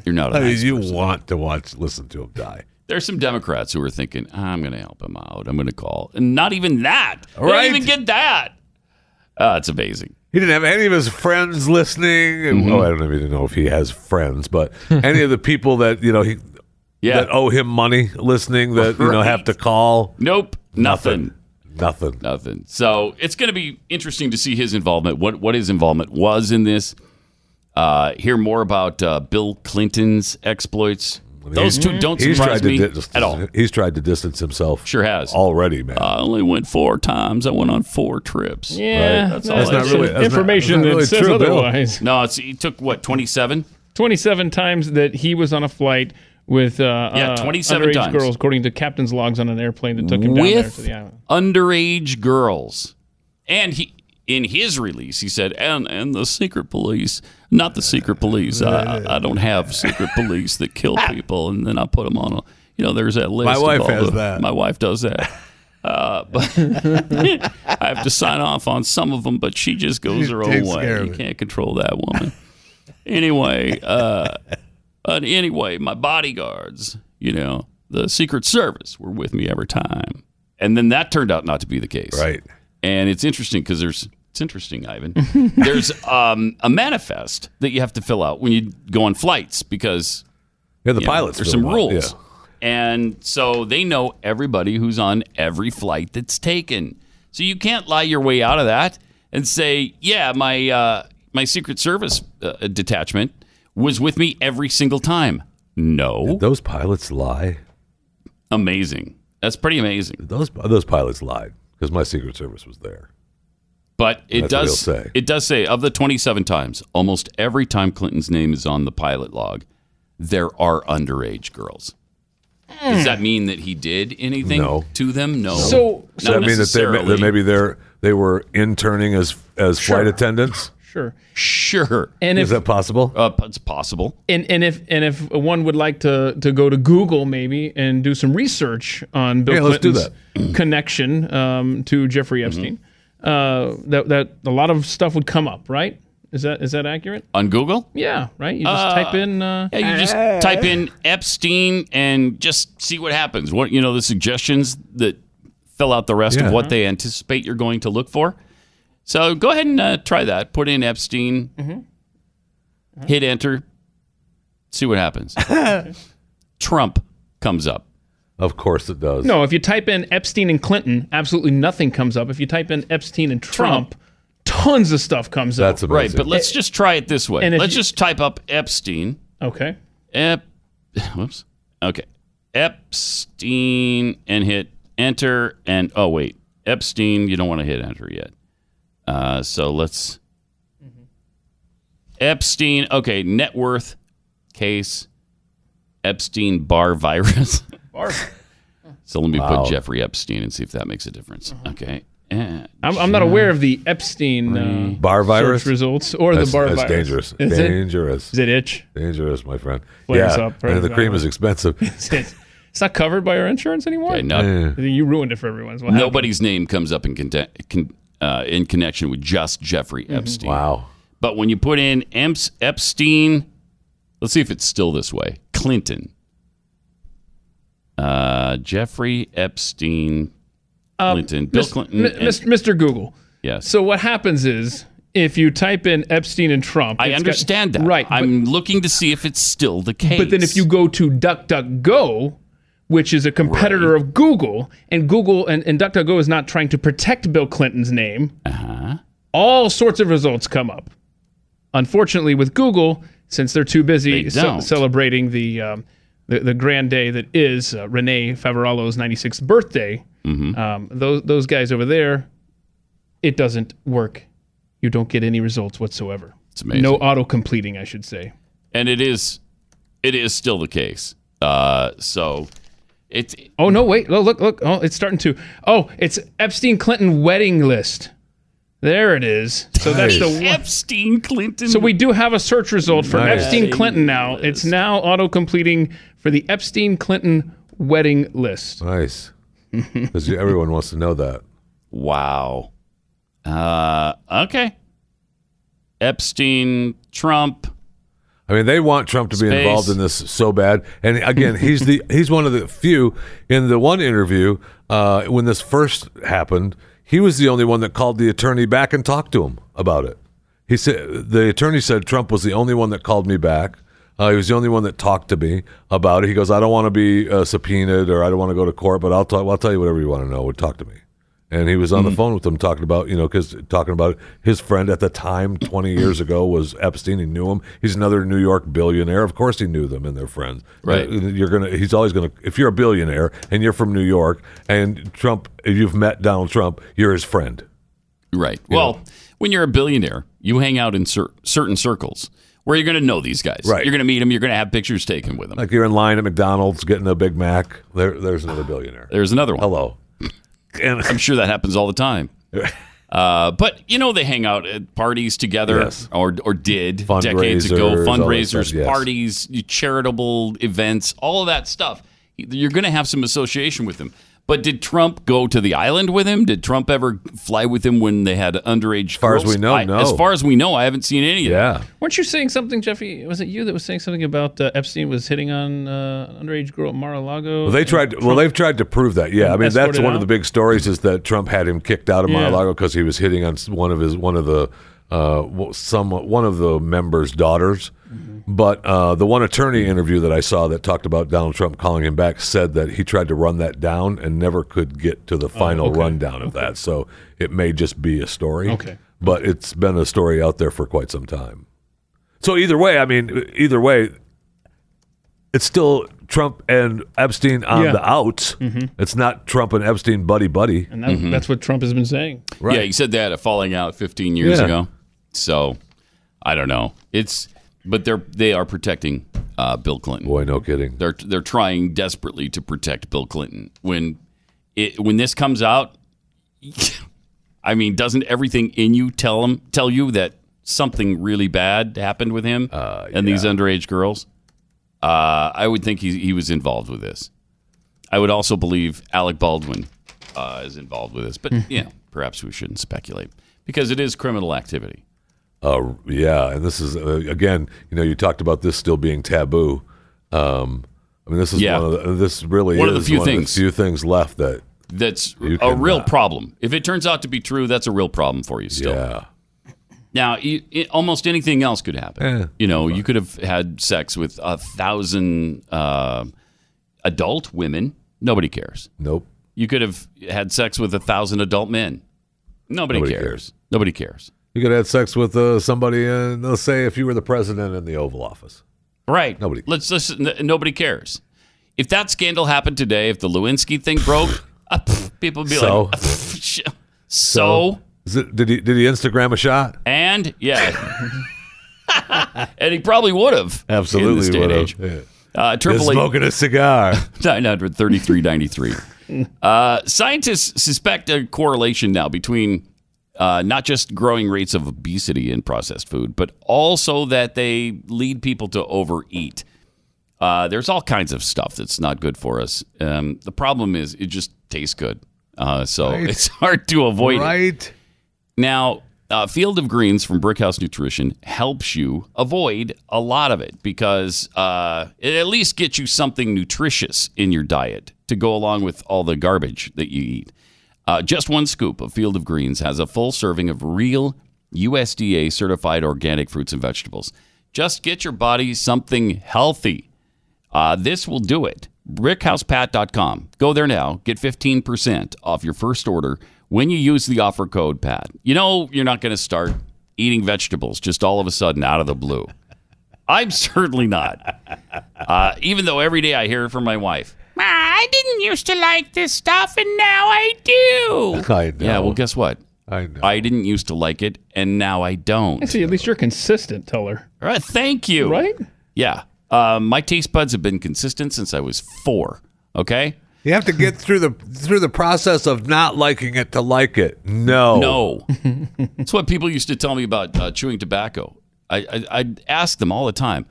You're not. A
I mean,
nice
you
person.
want to watch, listen to him die.
There's some Democrats who are thinking, I'm going to help him out. I'm going to call, and not even that. They don't
Right.
even get that. Uh, it's amazing.
He didn't have any of his friends listening. and-
Mhm.
Oh, I don't even know if he has friends, but any of the people that you know he
Yeah.
that owe him money listening that you know have
Right.
to call.
Nope. Nothing.
Nothing.
Nothing. So it's going to be interesting to see his involvement. What what his involvement was in this. Uh, hear more about uh, Bill Clinton's exploits. Those two don't
Mm-hmm. he's
surprise
tried to
me
di- dis-
at all.
He's tried to distance himself. Sure
has
already, man.
I only went four times. I went on four trips.
Yeah,
that's,
no,
all
that's
I
not
did.
really- that's not- Information that's not that really says true, Bill. otherwise.
No, it's, he took what twenty seven.
27 times that he was on a flight with uh,
Yeah,
uh,
27
underage
times.
girls, according to captain's logs on an airplane that took him down there
with
to the island.
underage girls. And he, in his release, he said, and, and the secret police, not the secret police. I, I- I don't have secret police that kill people. And then I put them on a, you know, there's that list.
My
of
wife
all
has
the-
that.
My wife does that. Uh, but I have to sign off on some of them, but she just goes
She
her own
takes care
way.
of
You
it.
can't control that woman. anyway, uh, but anyway, my bodyguards, you know, the Secret Service were with me every time. And then that turned out not to be the case.
Right.
And it's interesting because there's, it's interesting, Ivan. there's um, a manifest that you have to fill out when you go on flights because
Yeah, the
you know,
pilots
there's
fill
some
them out,
rules.
yeah.
And so they know everybody who's on every flight that's taken. So you can't lie your way out of that and say, "Yeah, my uh, my Secret Service uh, detachment was with me every single time." No,
Did those pilots lie.
Amazing. That's pretty amazing.
Those those pilots lied because my Secret Service was there.
But it
That's what
does
he'll say.
it does say of the 27 times, almost every time Clinton's name is on the pilot log, there are underage girls. Does that mean that he did anything
No.
to them? No.
So-
Not
Does that mean that, they,
necessarily.
that maybe they're they were interning as as flight attendants?
Sure.
Sure.
And
is
if
that possible?
Uh, it's possible.
and, and if and if one would like to to go to Google maybe and do some research on Bill
Yeah, let's do
Clinton's connection um, to Jeffrey Epstein, uh,
Mm-hmm.
that that a lot of stuff would come up, right? Is that is that accurate?
on Google?
Yeah, right. You just
Uh,
type in. Uh,
Yeah, you just
eh.
type in Epstein and just see what happens. What you know, the suggestions that fill out the rest
Yeah.
of what they anticipate you're going to look for. So go ahead and uh, try that. Put in Epstein,
Mm-hmm.
hit enter, see what happens. Trump comes up.
Of course it does.
No, if you type in Epstein and Clinton, absolutely nothing comes up. If you type in Epstein and Trump, tons of stuff comes up.
Right, but let's just try it this way.
And if
Let's
you-
just type up Epstein.
Okay.
Ep, whoops. Okay. Epstein and hit enter. And oh, wait. Epstein, you don't want to hit enter yet. Uh, so let's. Epstein, okay. Net worth case. Epstein Barr virus.
Barr.
so let me
Wow.
put Jeffrey Epstein and see if that makes a difference. Okay. Eh,
I'm, I'm not aware of the Epstein uh,
Bar virus
search results or
That's-
the bar
that's
virus.
dangerous.
Is it?
dangerous.
Is it itch?
Dangerous, my friend.
Flares
yeah,
up, right?
and the cream is expensive.
Is it- It's not covered by our insurance anymore.
Okay, not- Yeah.
I think You ruined it for everyone. is what happened.
Nobody's name comes up in, conte- con- uh, in connection with just Jeffrey
Mhm.
Epstein. Wow. But when you put in Emps Epstein, let's see if it's still this way. Clinton. Uh, Jeffrey Epstein.
Um,
Clinton. Bill
Mis-
Clinton.
Mi-
and-
Mis- Mr. Google.
Yes.
So what happens is if you type in Epstein and Trump,
I
it's got-
understand that.
Right.
I'm looking to see if it's still the case.
But then if you go to DuckDuckGo, which is a competitor of Google, and Google and, and DuckDuckGo is not trying to protect Bill Clinton's name,
Uh-huh.
all sorts of results come up. Unfortunately, with Google, since they're too busy
They
ce-
don't.
celebrating the, um, the the grand day that is uh, Renee Favarallo's 96th birthday,
Mm-hmm.
um, those those guys over there, it doesn't work. You don't get any results whatsoever. It's
amazing.
No auto completing, I should say.
and it is, it is still the case. Uh, so it's
Oh no! Wait, look, look, look. Oh, it's starting to. Oh, it's Epstein Clinton wedding list. There it is. So that's the one.
Epstein Clinton.
So we do have a search result for
Nice.
Epstein Clinton now. It's now auto completing for the Epstein Clinton wedding list.
Nice. Because everyone wants to know that.
Wow. Uh, okay. Epstein, Trump.
I mean, they want Trump to be
Space.
involved in this so bad. And again, he's the he's one of the few in the one interview uh, when this first happened. He was the only one that called the attorney back and talked to him about it. He said the attorney said Trump was the only one that called me back. Uh, he was the only one that talked to me about it. He goes, I don't want to be uh, subpoenaed or I don't want to go to court, but I'll talk. I'll tell you whatever you want to know. Would talk to me. And he was on
Hmm.
the phone with them talking about, you know, because talking about his friend at the time, 20 years ago, was Epstein. He knew him. He's another New York billionaire. Of course, he knew them and their friends.
Right.
Uh, You're going to, he's always going to, if you're a billionaire and you're from New York and Trump, if you've met Donald Trump, you're his friend.
Right. well, when you're a billionaire, you hang out in cer- certain circles where you're going to know these guys.
Right.
You're going to meet them. You're going to have pictures taken with them.
Like you're in line at McDonald's getting a Big Mac. There, there's another billionaire.
There's another one.
Hello.
I'm sure that happens all the time. Uh, but you know they hang out at parties together,
Yes.
or or did decades ago.
Fundraisers, all that
Fundraisers,
stuff, yes.
parties, charitable events, all of that stuff. You're going to have some association with them. But did Trump go to the island with him? Did Trump ever fly with him when they had underage? As
far as we know, no.
As far as we know, I haven't seen any of that.
Weren't you saying something, Jeffy? Was it you that was saying something about uh, Epstein was hitting on uh, an underage girl at Mar-a-Lago?
Well, they tried. well, they've tried to prove that. Yeah, I mean, that's
Escorted
one
out?
of the big stories is that Trump had him kicked out of
Yeah.
Mar-a-Lago because he was hitting on s- one of his one of the uh, w- some one of the members' daughters.
Mm-hmm.
But uh, the one attorney interview that I saw that talked about Donald Trump calling him back said that he tried to run that down and never could get to the final
Oh, okay.
rundown of that. So it may just be a story.
Okay.
But it's been a story out there for quite some time. So either way, I mean, either way, it's still Trump and Epstein on
Yeah.
the outs.
Mhm.
Mm-hmm.
It's not Trump and Epstein buddy buddy.
And that, that's what Trump has been saying.
Yeah, he said they had a falling out 15 years
Yeah.
ago. So I don't know. It's but they're they are protecting uh, Bill Clinton.
Boy, no kidding.
They're they're trying desperately to protect Bill Clinton. When it when this comes out, I mean, doesn't everything in you tell them tell you that something really bad happened with him
Uh,
and these underage girls? Uh, I would think he he was involved with this. I would also believe Alec Baldwin uh, is involved with this, but
Mhm.
yeah, perhaps we shouldn't speculate because it is criminal activity.
Uh, yeah, and this is uh, again, you know, you talked about this still being taboo. Um, I mean, this is
Yeah.
one of the, this really
One of
is
the few
one
things.
of the few things left that
That's
You
a
can,
real
uh,
problem. If it turns out to be true, that's a real problem for you still.
Yeah.
Now, you, it, almost anything else could happen.
Eh,
you know, you could have had sex with a thousand uh, adult women. Nobody cares.
Nope.
You could have had sex with a thousand adult men. Nobody,
Nobody
cares.
cares.
Nobody cares.
you could have sex with uh, somebody, and let's say if you were the president in the Oval Office.
Right. Nobody. Let's listen. n- Nobody cares. If that scandal happened today, if the Lewinsky thing broke, uh, pff, people would be
So?
like, "Ah, pff, sh- so,
Is it, did he did he Instagram a shot?
and yeah, and he probably would have. in this day and
would've.
age.
Yeah.
Uh, Triple
Just
Eight-
smoking a cigar.
Nine hundred thirty-three ninety-three. Uh, scientists suspect a correlation now between uh, not just growing rates of obesity in processed food, but also that they lead people to overeat. Uh, there's all kinds of stuff that's not good for us. Um, the problem is it just tastes good, uh, so
Right.
it's hard to avoid. it.
right.
Now, uh, Field of Greens from Brickhouse Nutrition helps you avoid a lot of it because uh, it at least gets you something nutritious in your diet to go along with all the garbage that you eat. Uh, just one scoop of Field of Greens has a full serving of real USDA certified organic fruits and vegetables. Just get your body something healthy. Uh, this will do it. BrickHousePat.com. Go there now. Get 15% off your first order when you use the offer code PAT. You know, you're not going to start eating vegetables just all of a sudden out of the blue. I'm certainly not. Uh, even though every day I hear it from my wife. I didn't used to like this stuff, and now I do.
I know.
Yeah, well, guess what?
I know.
I didn't used to like it, and now I don't.
See, at least you're consistent, tell her.
All right, thank you.
Right?
Yeah. Uh, my taste buds have been consistent since I was four. Okay?
You have to get through the through the process of not liking it to like it. No,
No. That's what people used to tell me about uh, chewing tobacco. I, I, I'd ask them all the time,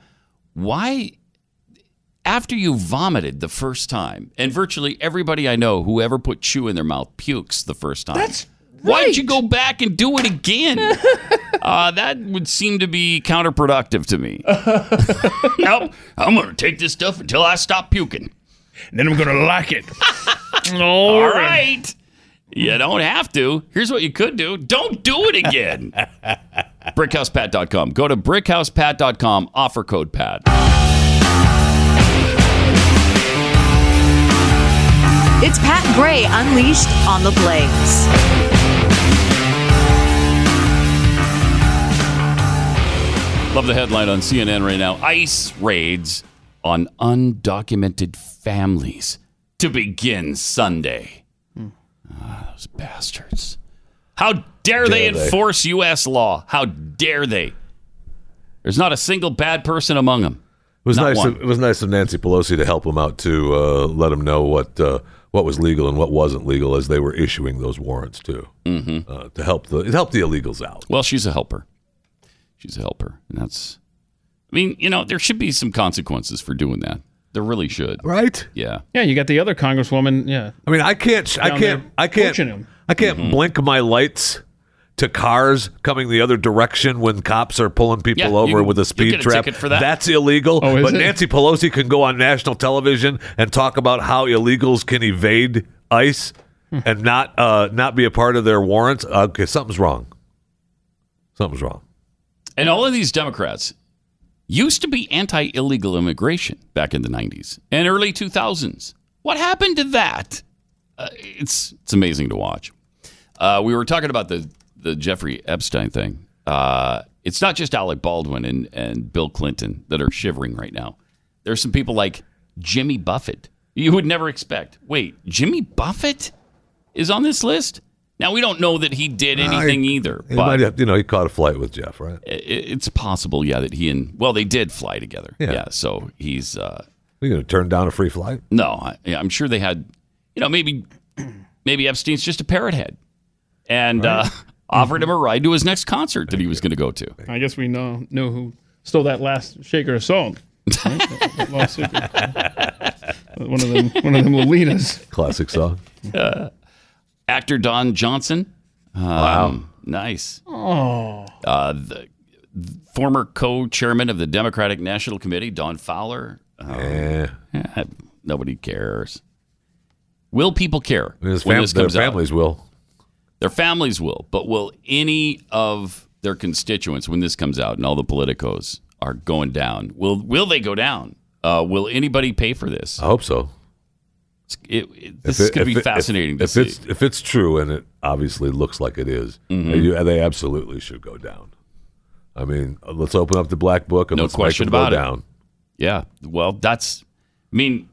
why, after you vomited the first time, and virtually everybody I know who ever put chew in their mouth pukes the first time. That's Why'd you go back and do it again? uh, that would seem to be counterproductive to me. nope. I'm going to take this stuff until I stop puking.
Then I'm going to like it.
All right. You don't have to. Here's what you could do. Don't do it again. BrickHousePat.com. Go to BrickHousePat.com. Offer code PAT.
It's Pat Gray Unleashed on the Blaze.
Love the headline on CNN right now. Ice raids on undocumented families to begin Sunday. Ah, those bastards. How dare, they,
Dare they.
enforce U.S. law? How dare they? There's not a single bad person among them.
It was
Not
nice.
one.
Of, it was nice of Nancy Pelosi to help him out to uh, let him know what uh, what was legal and what wasn't legal as they were issuing those warrants too. Mm-hmm. Uh, to help the it helped the illegals out.
Well, she's a helper. She's a helper, and that's. I mean, you know, there should be some consequences for doing that. There really should,
right?
Yeah.
Yeah, you got the other Congresswoman. Yeah.
I mean, I can't. I
Down
can't.
there
I can't.
coaching him.
I can't
Mm-hmm.
blink my lights to cars coming the other direction when cops are pulling people
Yeah, you
over
can-
with
you'll
a speed
get a
trap.
ticket for that.
That's illegal.
Oh, is
but
it?
Nancy Pelosi can go on national television and talk about how illegals can evade ICE
Hmm.
and not uh, not be a part of their warrants. Okay, something's wrong. Something's wrong.
And all of these Democrats used to be anti illegal immigration back in the 90s and early 2000s. What happened to that? Uh, it's, it's amazing to watch. Uh, we were talking about the, the Jeffrey Epstein thing. Uh, it's not just Alec Baldwin and, and Bill Clinton that are shivering right now. There's some people like Jimmy Buffett. You would never expect. Wait, Jimmy Buffett is on this list? Now, we don't know that he did anything either,
He
but
might have- you know, he caught a flight with Jeff, right?
i- i- it's possible, yeah, that he and, well, they did fly together.
Yeah.
so he's, uh,
You going to turn down a free flight?
no, I, yeah, I'm sure they had, you know, maybe, maybe Epstein's just a parrot head and uh, offered him a ride to his next concert that he was going to go to.
I guess we know know who stole that last shaker of salt. Right? That lost secret. one of them, one of them Lolitas.
Classic song.
Uh, actor Don Johnson. Um, wow. Nice.
Oh,
Uh, the the former co-chairman of the Democratic National Committee, Don Fowler. Um,
Eh,
yeah, nobody cares. Will people care when
fam-
this
their
comes
families
out?
will.
Their families will, but will any of their constituents, when this comes out, and all the politicos are going down, will will they go down? Uh, will anybody pay for this?
I hope so.
It, it- this
Uh, If
is going
it-
to
if
be
it-
fascinating
If,
to
if
see.
it's if it's true, and it obviously looks like it is,
Mhm.
you- they absolutely should go down. I mean, let's open up the black book and
no
let's
question
make them
about
go
it.
down.
Yeah. Well, that's. I mean,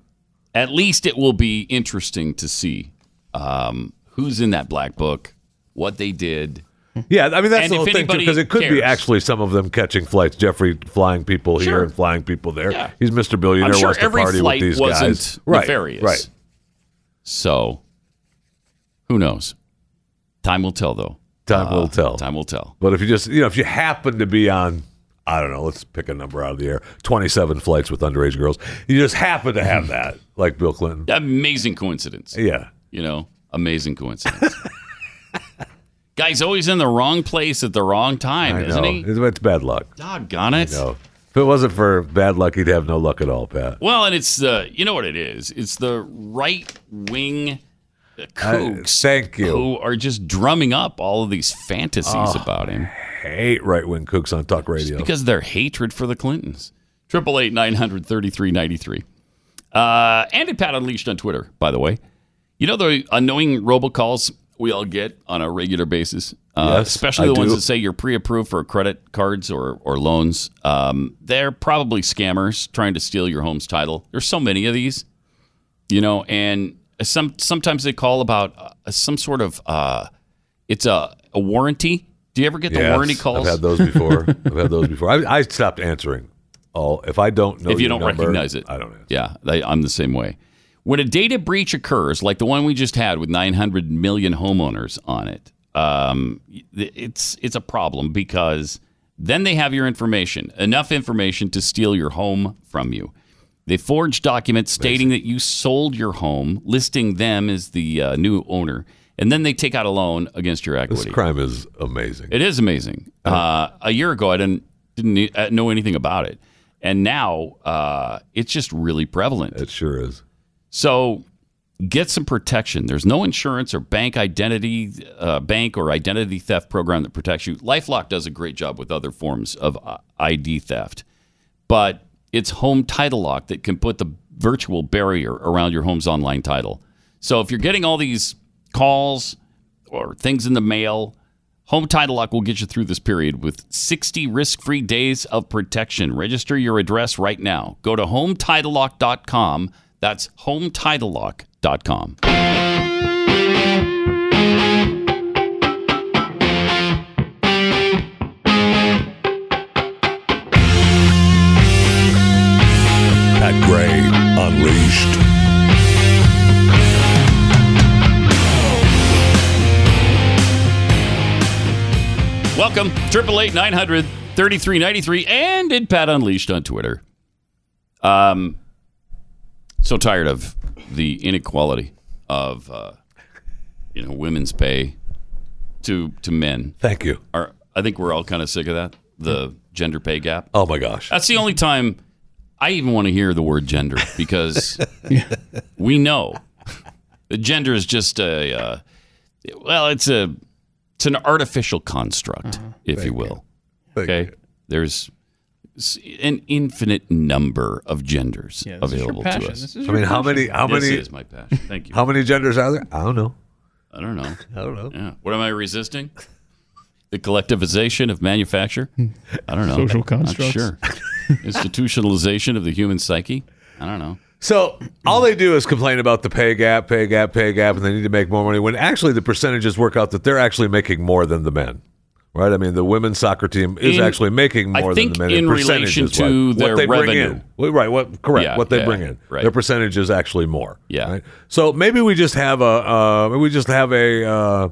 at least it will be interesting to see um, who's in that black book, what they did.
Yeah, I mean that's
And if
the whole thing
anybody
because it could
cares.
be actually some of them catching flights. Jeffrey flying people
Sure.
here and flying people there. He's Mister Billionaire.
I'm sure
wants to
every
party
flight
with these
wasn't
guys. Right,
nefarious.
Right.
So, who knows? Time will tell, though.
Time will tell.
Uh, Time will tell.
But if you just you know if you happen to be on. I don't know. Let's pick a number out of the air. Twenty-seven flights with underage girls. You just happen to have that, like Bill Clinton.
Amazing coincidence.
Yeah.
You know, amazing coincidence. Guy's always in the wrong place at the wrong time,
I
isn't
know.
he?
It's, it's bad luck.
Doggone it.
I know. If it wasn't for bad luck, he'd have no luck at all, Pat.
Well, and it's the you know what it is. It's the right wing kooks
thank you.
who are just drumming up all of these fantasies
Oh,
about him
Hate right wing kooks on talk radio.
because of their hatred for the Clintons. Triple eight nine hundred thirty three ninety three. Uh, and at Pat Unleashed on Twitter, by the way. You know the annoying robocalls we all get on a regular basis, uh,
Yes,
especially the
I
ones
do.
that say you're pre-approved for credit cards or or loans. Um, they're probably scammers trying to steal your home's title. There's so many of these, you know, and some sometimes they call about uh, some sort of uh, it's a, a warranty. Do you ever get the
Yes,
warranty calls?
I've had those before. I've had those before. I, I stopped answering. Oh, if I don't know,
if you
your
don't
number,
recognize it.
I don't.
Yeah, they, I'm the same way. When a data breach occurs, like the one we just had with 900 million homeowners on it, um, it's it's a problem because then they have your information, enough information to steal your home from you. They forge documents stating that you sold your home, listing them as the uh, new owner, and then they take out a loan against your equity.
This crime is amazing.
It is amazing. Uh, a year ago, I didn't didn't e- uh, know anything about it, and now uh, it's just really prevalent. It
sure is.
So get some protection. There's no insurance or bank identity uh, bank or identity theft program that protects you. LifeLock does a great job with other forms of uh, ID theft, but it's Home Title Lock that can put the virtual barrier around your home's online title. So if you're getting all these calls or things in the mail, Home Title Lock will get you through this period with 60 risk-free days of protection. Register your address right now. Go to hometitlelock.com. That's hometitlelock.com.
Pat Gray unleashed.
Welcome, 888-900-3393 and at Pat Unleashed on Twitter. Um, so tired of the inequality of, uh, you know, women's pay to to men.
Thank you.
Are, I think we're all kind of sick of that, the gender pay gap.
Oh, my gosh.
That's the only time I even want to hear the word gender because we know that gender is just a uh, well, it's a it's an artificial construct,
Uh-huh.
if you will. Okay, there's s- an infinite number of genders
Yeah, this is your
available
passion.
to us.
This is I mean, your how passion. many- how
This
many-
is my passion. Thank you.
How many genders are there? I don't know.
I don't know.
I don't know.
Yeah. What am I resisting? The collectivization of manufacture? I don't know.
Social
Not
constructs.
sure. Institutionalization of the human psyche? I don't know.
So all they do is complain about the pay gap, pay gap, pay gap, and they need to make more money. When actually the percentages work out that they're actually making more than the men, right? I mean, the women's soccer team is
In-
actually making
I
more
think
than the men
in relation
percentages-wise.
to their
what they
revenue.
Bring in. Well, Right? What? Correct.
Yeah,
what they
yeah,
bring in.
right.
Their percentage is actually more.
Yeah.
Right? So maybe we just have a uh, maybe we just have a uh,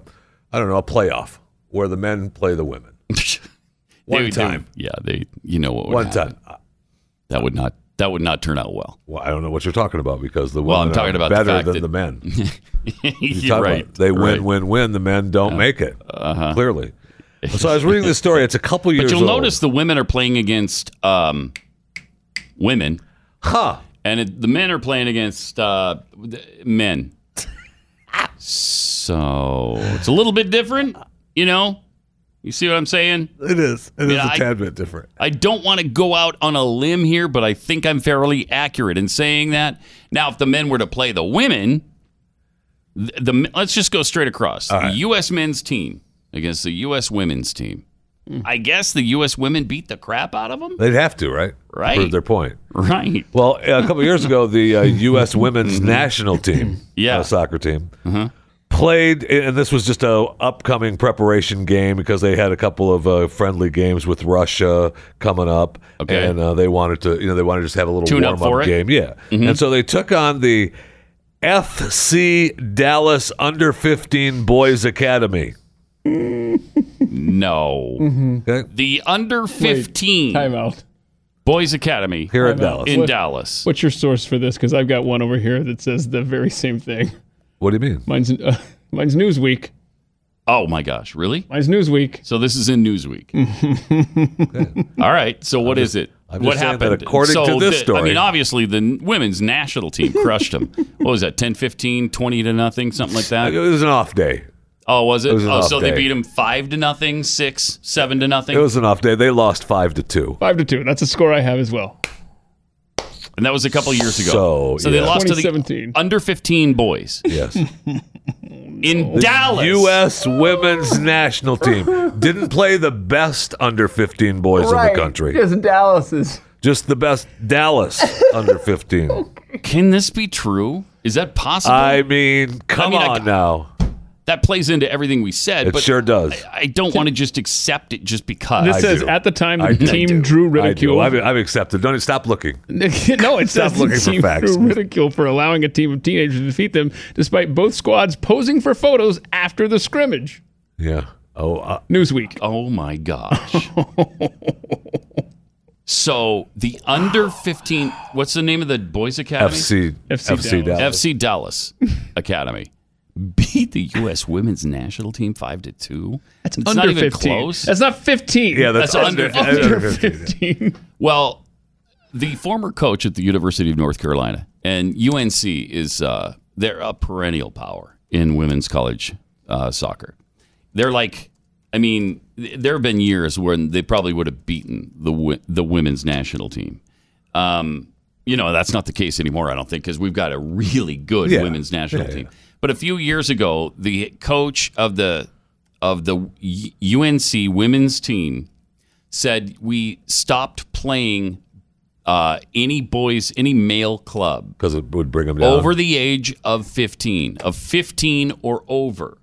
I don't know a playoff where the men play the women. One
They- they-
time.
yeah, they. You know what? Would
One
happen. That would not. That would not turn out well.
Well, I don't know what you're talking about because the women
Well, I'm talking
are
about the
better
fact
than
that-
the men. You
You're
talk about
right.
it. They win,
right.
win, win. The men don't make it.
Uh-huh.
Clearly. So I was reading this story. It's a couple years
But you'll
old.
notice the women are playing against um, women.
Huh.
And it, the men are playing against uh, th- men. so it's a little bit different, you know? You see what I'm saying?
It is. It is
Yeah,
a
I-
tad bit different.
I don't want to go out on a limb here, but I think I'm fairly accurate in saying that. Now, if the men were to play the women, th- the, m let's just go straight across. The U.S. men's team against the U.S. women's team. I guess the U.S. women beat the crap out of them.
They'd have to, right?
Right.
prove their point.
Right.
Well, a couple years ago, the uh, U.S.
Mm-hmm.
women's national team, yeah. soccer team, played, and this was just a upcoming preparation game because they had a couple of uh, friendly games with Russia coming up,
Okay.
and uh, they wanted to, you know, they wanted to just have a little
Tune up
warm
for it?
game, yeah.
Mhm.
And so they took on the FC Dallas Under 15 Boys Academy.
No.
Okay.
The under 15
time out.
Boys Academy
here
in Time out. Dallas.
In
What-
Dallas.
What's your source for this? Because I've got one over here that says the very same thing.
What do you mean?
Mine's uh, mine's Newsweek.
Oh my gosh, really?
Mine's Newsweek.
So this is in Newsweek. All right. So what is it?
I'm just
what
saying that
happened?
according
So
to
the-
this
I
story-
mean, obviously the n- women's national team crushed them. what was that? 10, 15, 20 to nothing, something like that.
It was an off day.
Oh, was it?
It was an
oh,
off
so they
day.
beat them five to nothing, six, seven to nothing,
It was an off day. They lost five to two.
Five to two. That's a score I have as well.
and that was a couple years ago.
So,
they
yeah.
lost to the
2017.
under fifteen boys
Yes.
in Dallas.
U.S. women's national team didn't play the best under 15 boys in the country.
Because Dallas is.
Just the best Dallas under 15.
Can this be true? Is that possible?
I mean, come
I mean, I-
on now.
that plays into everything we said.
It
but
sure does.
I, I don't want to just accept it just because.
This says at the time the team drew ridicule.
I do. I've, I've accepted. Don't e- stop looking.
no, it
Stop
says
looking
the
for
team
facts.
drew ridicule for allowing a team of teenagers to defeat them, despite both squads posing for photos after the scrimmage.
Yeah. Oh, uh,
Newsweek.
Oh my gosh. so the under 15, what's the name of the boys academy?
FC FC FC Dallas.
FC Dallas Academy. Beat the U.S. women's national team five to two. That's it's not
Under
even
15.
close.
That's not 15.
Yeah, that's
That's
under,
under-
under
under
15.
Well, the former coach at the University of North Carolina and UNC is uh, they're a perennial power in women's college uh, soccer. They're like, I mean, th- there have been years when they probably would have beaten the wo- the women's national team. Um, you know, that's not the case anymore, I don't think, because we've got a really good
Yeah.
women's national
Yeah,
team. But a few years ago, the coach of the of the U- UNC women's team said we stopped playing uh, any boys, any male club
Because it would bring them down.
over the age of 15, of 15 or over,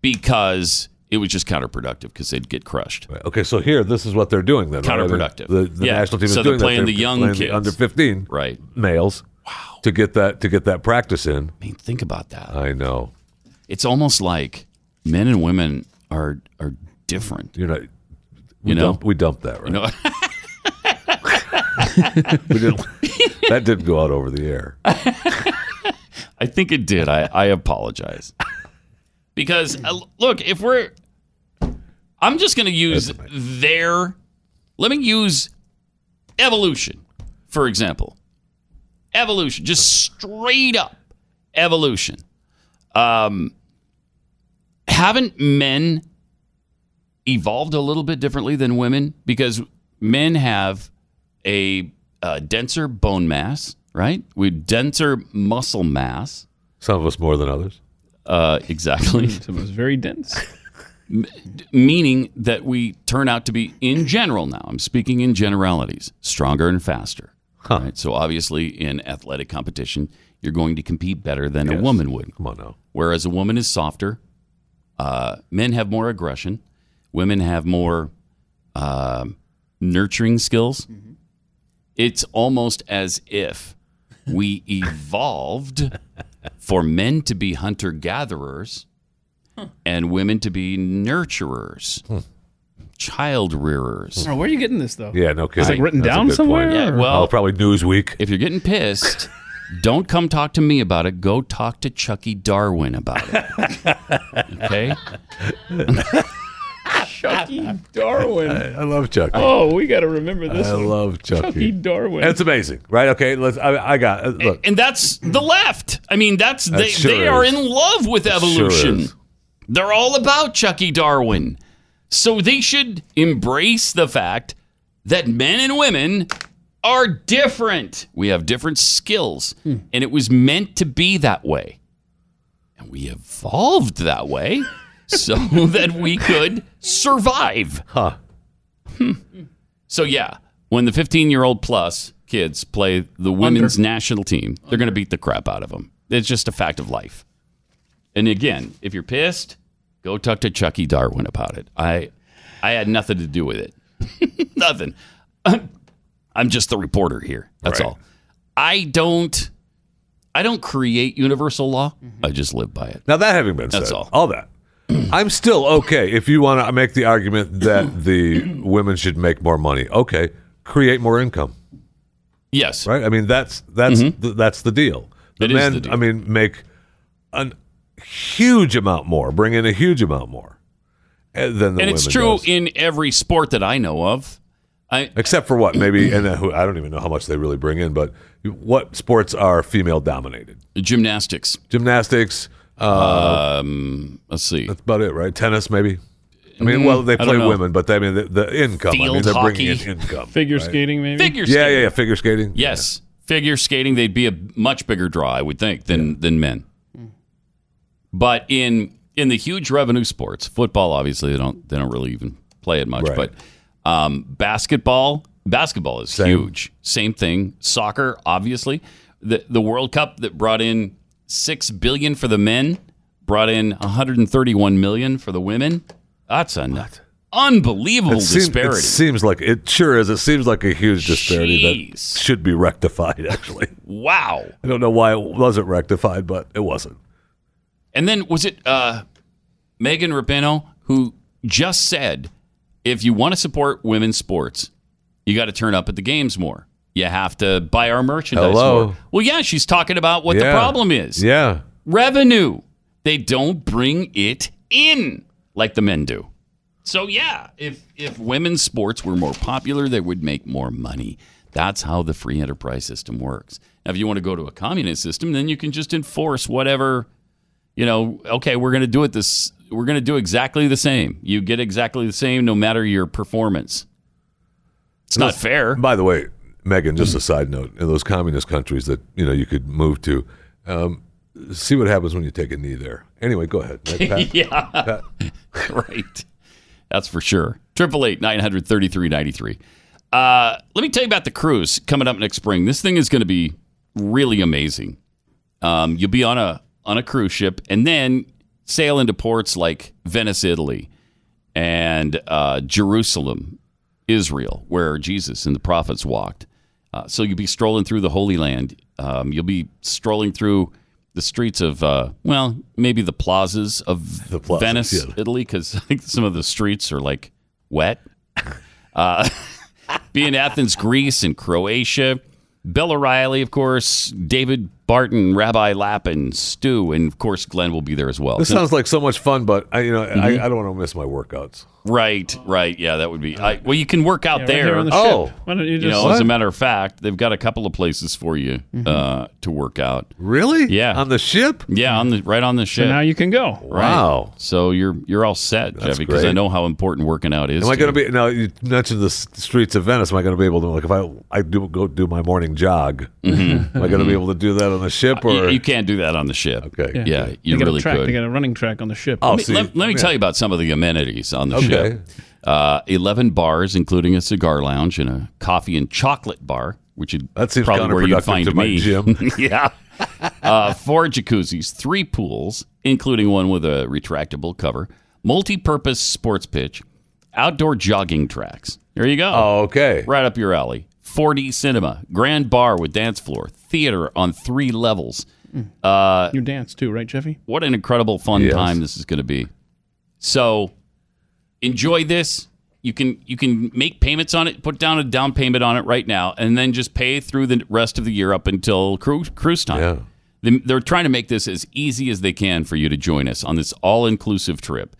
because it was just counterproductive because they'd get crushed.
Okay, so here, this is what they're doing then. right? I mean,
Counterproductive.
the the
Yeah.
national team is
So they're
doing that.
playing the young
playing the
kids.
under 15
Right.
males. Wow. To get that to get that practice in.
I mean, think about that.
I know.
It's almost like men and women are are different.
You're not. We
You know?
dump, we dumped that, right?
You know?
we didn't, that didn't go out over the air.
I think it did. I, I apologize. Because, uh, look, if we're. I'm just going to use their. Let me use evolution, for example. Evolution, just straight up evolution. Um, haven't men evolved a little bit differently than women? Because men have a, uh denser bone mass, right? We denser muscle mass.
Some of us more than others.
Uh, exactly.
It was very dense.
Meaning that we turn out to be, in general now, I'm speaking in generalities, stronger and faster. Right? So obviously, in athletic competition, you're going to compete better than a woman would. Come on now. Whereas a woman is softer, uh, men have more aggression, women have more um nurturing skills. It's almost as if we evolved for men to be hunter gatherers and women to be nurturers, child rearers.
Oh, where are you getting this though? Is
It's
it written down somewhere?
Yeah,
or-
Oh,
well, probably Newsweek. If you're getting pissed, don't come talk to me about it. Go talk to Chucky Darwin about it. Okay?
Chucky Darwin.
I love Chucky.
Oh, we got to remember this.
I
one.
love Chucky.
Chucky Darwin.
And it's amazing, right? Okay, let's. I, I got. uh, Look,
And that's the left. I mean, that's
That
they,
sure
they are
is.
in love with
That sure
evolution.
is.
They're all about Chucky Darwin. So they should embrace the fact that men and women are different. We have different skills,
Hmm.
and it was meant to be that way. And we evolved that way so that we could survive. Huh. So yeah, when the 15-year-old plus kids play the women's national team, they're going to beat the crap out of them. It's just a fact of life. And again, if you're pissed, go talk to Chucky Darwin about it. I I had nothing to do with it. nothing. I'm just the reporter here. That's all. I don't I don't create universal law.
Mm-hmm.
I just live by it.
Now that having been
That's
said,
all.
that. I'm still okay if you want to make the argument that the women should make more money. Okay, create more income.
Yes.
Right. I mean that's that's th- that's the deal. The
It Mm-hmm. is
men,
the deal.
I mean, make an huge amount more. Bring in a huge amount more eh, than the
and
women
it's true
does.
in every sport that I know of. I,
Except for what maybe, and uh, who- I don't even know how much they really bring in. But what sports are female dominated?
Gymnastics.
Gymnastics. Uh,
um, let's see.
That's about it, right? Tennis, maybe. I mean, well,
Mm, I
they
don't
play
know.
women, but they, I mean, the, the income. I mean,
Field
they're
hockey,
bringing in income.
Figure
right?
skating, maybe.
Figure
Yeah,
skating.
yeah, yeah. Figure skating.
Yes, figure skating they'd be a much bigger draw, I would think, than than men. But in in the huge revenue sports, football obviously they don't they don't really even play it much. But um, basketball basketball is huge. Same thing. Soccer, obviously, the the World Cup that brought in six billion for the men, brought in 131 million for the women. That's an unbelievable
It, seems, it
disparity.
seems like it sure is. It seems like a huge disparity that should be rectified. Actually,
Wow.
I don't know why it wasn't rectified, but it wasn't.
And then was it uh, Megan Rapinoe who just said, if you want to support women's sports, you got to turn up at the games more. You have to buy our merchandise
Hello.
more. Well, yeah, she's talking about what the
Yeah.
problem is.
Yeah,
Revenue. They don't bring it in like the men do. So yeah, if if women's sports were more popular, they would make more money. That's how the free enterprise system works. Now, if you want to go to a communist system, then you can just enforce whatever, you know. Okay, we're going to do it this. We're going to do exactly the same. You get exactly the same, no matter your performance. It's not fair.
By the way, Megan, just a side note: in those communist countries that you know you could move to, um, see what happens when you take a knee there. Anyway, go ahead. Right, Pat?
yeah. right. That's for sure. Triple eight nine hundred thirty three ninety three. Uh, let me tell you about the cruise coming up next spring. This thing is going to be really amazing. Um, you'll be on a on a cruise ship and then sail into ports like Venice, Italy, and uh, Jerusalem, Israel, where Jesus and the prophets walked. Uh, so you'll be strolling through the Holy Land. Um, you'll be strolling through the streets of, uh, well, maybe the plazas of Venice,
yeah.
Italy, because I think some of the streets are like wet. Uh, be in Athens, Greece, and Croatia. Bill O'Reilly, of course, David Barton, Rabbi Lappin, Stu, and of course Glenn will be there as well.
This
So-
sounds like so much fun, but I, you know,
Mhm.
I, I don't want to miss my workouts.
Right, right. Yeah, that would be. I, well, you can work out
Yeah, right
there.
there on the ship. Oh. Why don't you just-
know,
What?
as a matter of fact, they've got a couple of places for you
Mm-hmm.
uh, to work out.
Really?
Yeah. On
the ship?
Yeah, on the right on the
So
ship.
now you can go.
Right. So you're you're all set, Jeffy, because I
great.
know how important working out is.
Am I
to
going
you.
to be now? You mentioned the s- streets of Venice. Am I going to be able to like if I I do go do my morning jog? Am I going to be able to do that on the ship or
Mm-hmm. You, you can't do that on the ship. Okay. Yeah, you
they got
really
a track.
could.
They got a running track on the ship.
Oh,
let me, let, let me tell you about some of the amenities on the
Okay.
ship. Uh, 11 bars, including a cigar lounge and a coffee and chocolate bar. which is
That seems
probably where you'd
counterproductive
find
to my
me.
gym.
yeah. Uh, four jacuzzis, three pools, including one with a retractable cover, multi-purpose sports pitch, outdoor jogging tracks. There you go. Oh,
okay.
Right up your alley. 4D cinema, grand bar with dance floor, theater on three levels. Uh,
You dance too, right, Jeffy?
what an incredible fun time this is going to be. So enjoy this. You can you can make payments on it, put down a down payment on it right now, and then just pay through the rest of the year up until cruise, cruise time. They- They're trying to make this as easy as they can for you to join us on this all inclusive trip.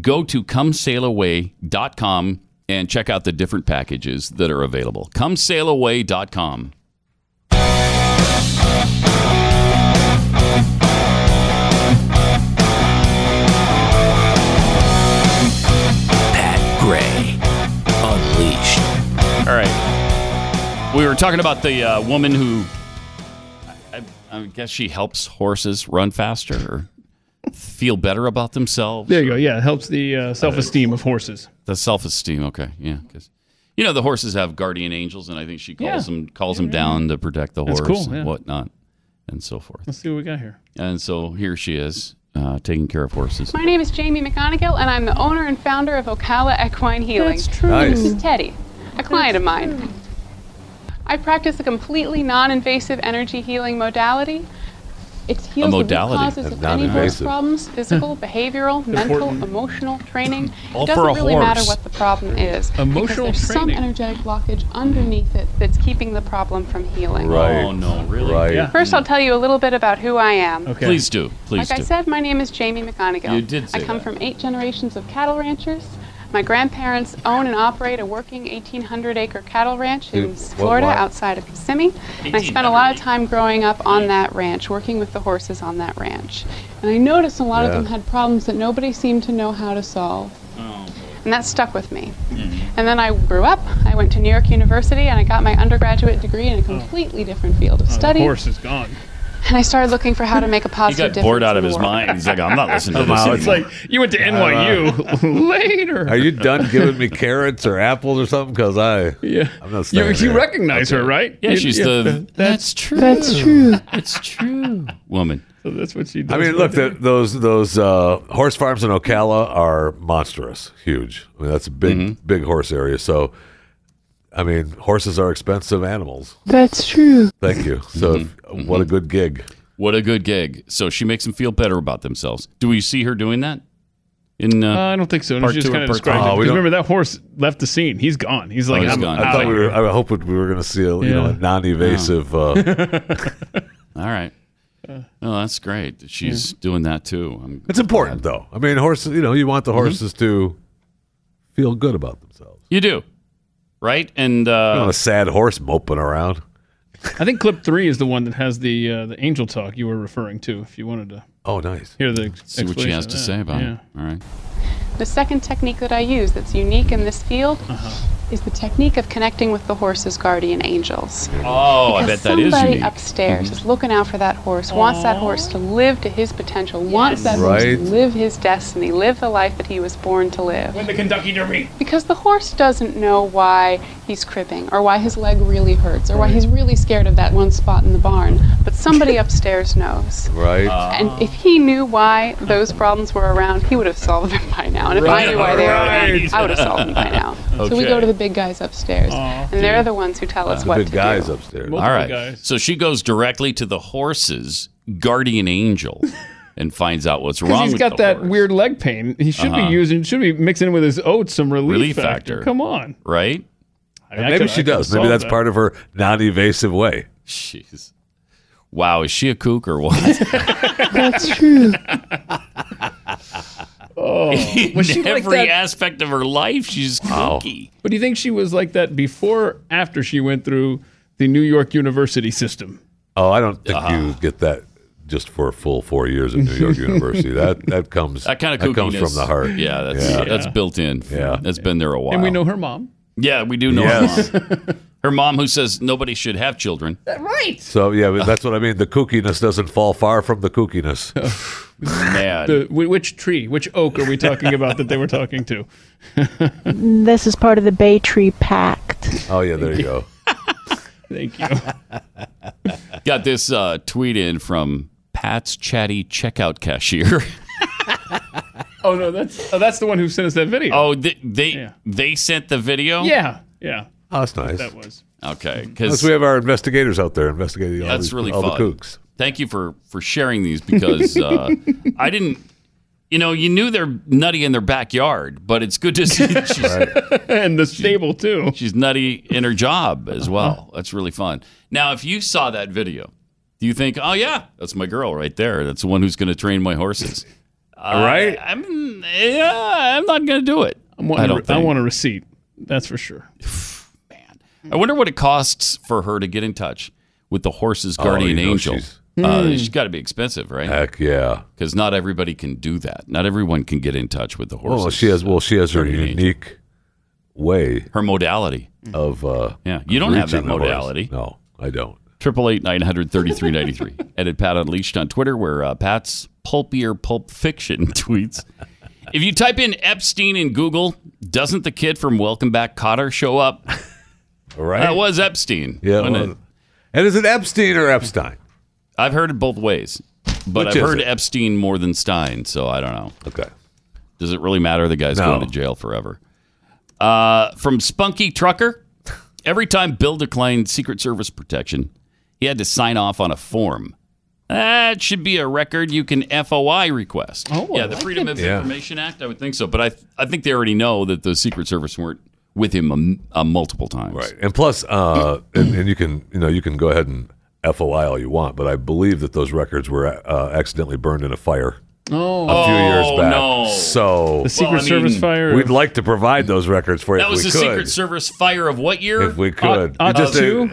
Go to comesailaway.com and check out the different packages that are available. Comesailaway.com.
Pat Gray Unleashed.
All right. We were talking about the uh, woman who, I, I, I guess she helps horses run faster or feel better about themselves.
There you go. Yeah, it helps the uh, self-esteem of horses.
The self esteem. Okay. Yeah. 'cause- you know, the horses have guardian angels, and I think she calls
Yeah.
them calls them down to protect the
That's
horse
cool, yeah.
and whatnot and so forth.
Let's see what we got here.
And so here she is uh, taking care of horses.
My name is Jamie McGonigal, and I'm the owner and founder of Ocala Equine Healing.
That's true. Nice.
This is Teddy, a client of mine.
Hmm.
I practice a completely non-invasive energy healing modality. It heals
modality.
the root causes
That's
of any horse
non-invasive.
problems: physical, behavioral, mental,
Important.
emotional training.
All
it doesn't
for a
really matter
horse.
what the problem is, because
Emotional
there's some
training.
energetic blockage underneath it that's keeping the problem from healing.
Oh no, really?
Right.
First, I'll tell you a little bit about who I am.
Please do. Please
like
do.
I said, my name is Jamie McGonigal.
You did say
I come
that.
from eight generations of cattle ranchers. My grandparents own and operate a working 1,800 acre cattle ranch
Dude,
in
what-
Florida
what?
outside of Kissimmee. And I spent a lot of time growing up on that ranch, working with the horses on that ranch. And I noticed a lot of
Yeah.
them had problems that nobody seemed to know how to solve.
Oh,
And that stuck with me. And then I grew up. I went to New York University and I got my undergraduate degree in a completely different field of
Oh,
study.
the horse is gone.
And I started looking for how to make a
He
positive
got
difference.
bored out of
in the
his
world.
mind. He's like, I'm not listening to
I'm
this.
out. It's
anymore.
like,
You went to NYU later.
Are you done giving me carrots or apples or something? Because I,
yeah,
I'm not.
You,
staying
you
there.
recognize her, right?
Yeah,
You-
she's
th-
the-
That's
true. That's
true.
It's true. woman.
So that's what she does.
I mean,
for
look,
a
the, those those uh, horse farms in Ocala are monstrous, huge. I mean, that's a big
Mm-hmm.
big horse area. So, I mean, horses are expensive animals.
That's true.
Thank you. So, what a good gig.
What a good gig. So she makes them feel better about themselves. Do we see her doing that? In uh,
Uh, I don't think so. No,
part
she just
two or
kind of
part
described
three? Oh,
it. 'Cause remember that horse left the scene. He's gone. He's like,
he's
I'm
gone.
Oh, I
out.
thought we were. I hoped we were going to see a you know a non-evasive. Uh,
All right.
uh,
Oh, that's great. that She's doing that too. I'm,
it's important though. I mean, horses. You know, you want the horses to feel good about themselves.
you do, right? And
You don't
uh,
want a sad horse moping around.
I think clip three is the one that has the uh, the angel talk you were referring to. If you wanted to.
Oh, nice.
Hear the
see what she
explanation
has
of
to
that.
say about
yeah.
it. All right.
The second technique that I use that's unique in this field is the technique of connecting with the horse's guardian angels.
Oh, I
Because
bet that is
somebody
unique. Mm-hmm.
upstairs is looking out for that horse, wants that horse to live to his potential, wants that
Right.
horse to live his destiny, live the life that he was born to live.
Win the Kentucky Derby.
Because the horse doesn't know why he's cripping, or why his leg really hurts, or why he's really scared of that one spot in the barn. But somebody upstairs knows.
Right.
And if he knew why those problems were around, he would have solved them by now. And if I knew why they were around, I would have solved them by now. So we go
Okay.
to the big guys upstairs, and they're the ones who tell us
The
what
big
to
guys
do.
upstairs.
All right. So she goes directly to the horse's guardian angel and finds out what's
Because
wrong
he's
with
got
the
that
horse.
weird leg pain. He should
Uh-huh.
be using, should be mixing in with his oats some relief,
Relief
factor.
factor.
Come on.
right?
mean, I
maybe
could- I
she
could
does. Maybe
solve
that's
that.
part of her non-evasive way.
Jeez. Wow, is she a kook or what?
That's true. oh,
In
was she like
every
that?
aspect of her life, she's
Wow.
kooky.
but do you think she was like that before, or after she went through the New York University system?
Oh, I don't think you get that just for a full four years at New York University. That that comes
That kind of
that
kookiness
comes from the heart.
Yeah, that's that's built in.
Yeah.
that's been there a while.
And we know her mom.
Yeah, we do know
Yes.
her mom. Her mom, who says nobody should have children.
Right.
So yeah, but that's what I mean. The kookiness doesn't fall far from the kookiness.
Man,
The, wh- which tree, which oak are we talking about that they were talking to?
This is part of the Bay Tree Pact.
Oh yeah, there you go.
Thank you.
Got this uh, tweet in from Pat's chatty checkout cashier.
oh no, that's oh, that's the one who sent us that video.
Oh, they they, they sent the video.
Yeah, yeah.
Oh, that's nice.
That was.
Okay, because
Because we have our investigators out there investigating all,
that's
these-
really
all
fun.
the kooks.
Thank you for for sharing these because uh, I didn't. You know, you knew they're nutty in their backyard, but it's good to see that she's
and the stable too.
She's nutty in her job as well. That's really fun. Now, if you saw that video, do you think, "Oh yeah, that's my girl right there. That's the one who's going to train my horses." Uh,
All right.
I'm yeah, I'm not going to do it.
I'm wanting
I
a
don't
re- I
think.
want a receipt. That's for sure.
I wonder what it costs for her to get in touch with the horse's
Oh,
guardian
you know
angel.
she's-
Uh,
Hmm. Uh,
she's got to be expensive, right?
Heck yeah.
Because not everybody can do that. Not everyone can get in touch with the horses.
Well, she has. Well, she has her
Guardian angel.
unique way.
Her modality
of. Uh,
Mm. yeah, you don't have that
reaching the horse.
modality.
No, I don't.
Triple eight nine hundred thirty three ninety three. Edit Pat Unleashed on Twitter, where uh, Pat's pulpier pulp fiction tweets. If you type in Epstein in Google, doesn't the kid from Welcome Back Cotter show up?
Right.
That was Epstein.
Yeah, it
wasn't
was. And is it Epstein or Epstein?
I've heard it both ways, but
Which
I've
is
heard
it?
Epstein more than Stein, so I don't know.
Okay.
Does it really matter? The guy's
No.
going to jail forever. Uh, from Spunky Trucker, every time Bill declined Secret Service protection, he had to sign off on a form. That should be a record you can FOI request. Oh, yeah, the
like
Freedom
it.
of
Yeah.
Information Act. I would think so, but I I think they already know that the Secret Service weren't with him um, uh, multiple times. Right.
And plus, uh, and, and you can you know you can go ahead and FOI all you want, but I believe that those records were uh, accidentally burned in a fire.
Oh.
A few
Oh,
years back.
no.
So
The Secret Well, I Service mean- fire
We'd
of-
like to provide those records for you.
That
if
was
we
the
could.
Secret Service fire of what year?
If we could,
Ot-
You
Ot-
uh,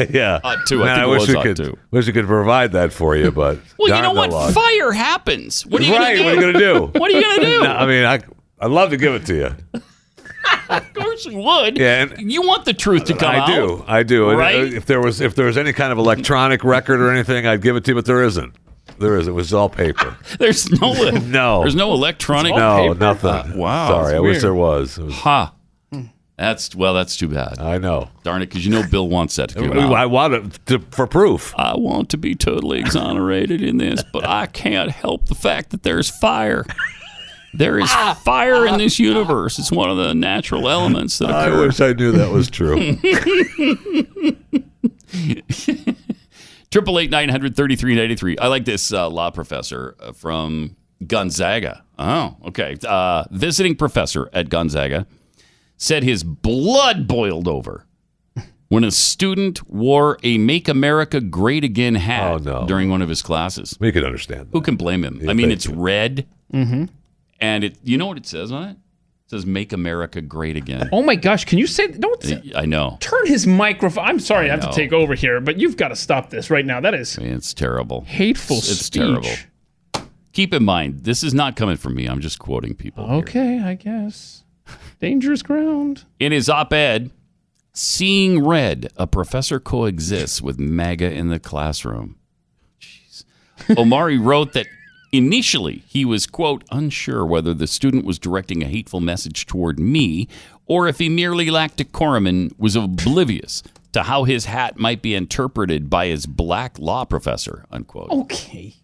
Ot-
uh, yeah,
Ot- two. I
Man,
think it
wish
was
we
Ot-
could.
two.
Wish we could provide that for you, but
Well, you
darn
know
the
what?
luck.
Fire happens. What are you
right? What are you
going
gonna
to
do?
What are you going to do?
No, I mean, I I'd love to give it to you.
of course you would.
Yeah, and-
you want the truth to come
I
out.
do. I do. And, uh,
Right?
If there was if there was any kind of electronic record or anything, I'd give it to you, but there isn't. There is. It was all paper.
There's no
no.
There's no electronic.
No,
paper. Uh,
nothing.
wow.
Sorry,
that's
I
weird.
wish there was. It was-
Ha. That's well. That's too bad.
I know.
Darn it, because you know Bill wants that to come out.
I want it to, for proof.
I want to be totally exonerated in this, but I can't help the fact that there's fire. There is fire in this universe. It's one of the natural elements that
I
occurs.
wish I knew that was true.
Triple eight nine hundred thirty three ninety three. I like this uh, law professor uh, from Gonzaga. Oh, okay. Uh, visiting professor at Gonzaga said his blood boiled over when a student wore a "Make America Great Again" hat during one of his classes.
We could understand.
Who can blame him?
Oh, Yeah,
I mean,
thank
it's red,
Mm-hmm.
and it. You know what it says on it? It says "Make America Great Again."
Oh my gosh! Can you say? Don't say,
I know.
turn his microphone. I'm sorry, I, have
know.
to take over here, but you've got to stop this right now. That is
It's terrible.
Hateful
It's, it's
speech.
terrible. Keep in mind, this is not coming from me. I'm just quoting people.
okay. I guess dangerous ground.
In his op ed, Seeing Red, a professor coexists with MAGA in the classroom. Jeez. Omari wrote that initially he was, quote, unsure whether the student was directing a hateful message toward me or if he merely lacked decorum and was oblivious to how his hat might be interpreted by his black law professor, unquote.
Okay.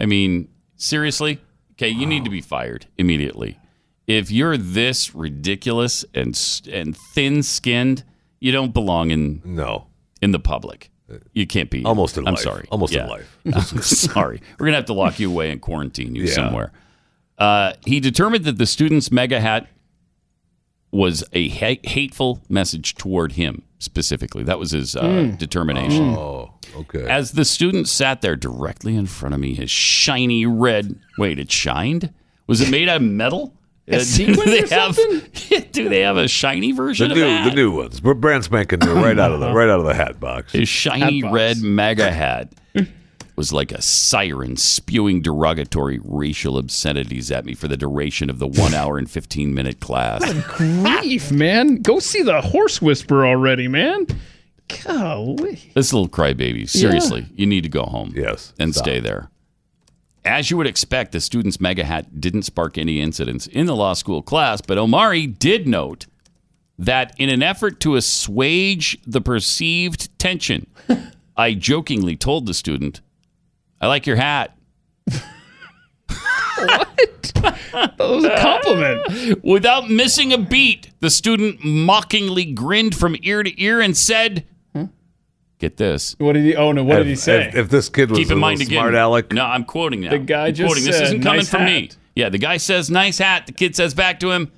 I mean, seriously? Okay, you need to be fired immediately. If you're this ridiculous and s- and thin-skinned, you don't belong in
no
in the public. You can't be
Uh, Almost in
I'm
life.
sorry.
Almost in
Yeah.
life.
I'm sorry. We're gonna have to lock you away and quarantine you
Yeah.
somewhere. Uh, he determined that the student's mega hat was a ha- hateful message toward him specifically. That was his uh,
Mm.
determination.
Oh, okay.
As the student sat there directly in front of me, his shiny red. Wait, it shined? Was it made out of metal? Uh,
A
do
sequin
they
or
have? Do they have a shiny
the
version of
new,
that?
the new ones. We're brand spanking new, right out of the right out of the hat box.
His shiny red MAGA hat was like a siren spewing derogatory racial obscenities at me for the duration of the one hour and 15 minute class.
Grief, man. Go see the horse whisperer already, man. Golly.
This little crybaby, seriously, you need to go home. Yes. And stay there. As you would expect, the student's mega hat didn't spark any incidents in the law school class, but Omari did note that in an effort to assuage the perceived tension, I jokingly told the student, I like your hat.
That was a compliment.
Without missing a beat, the student mockingly grinned from ear to ear and said, Get this.
What did he? Oh no! What did he say?
If, if this kid was
Keep in
a
mind
little
again.
smart aleck,
No, I'm quoting now.
The guy
I'm
just
quoting. this
said,
isn't coming
"Nice
from me.
hat."
Yeah, the guy says, nice hat. The kid says back to him,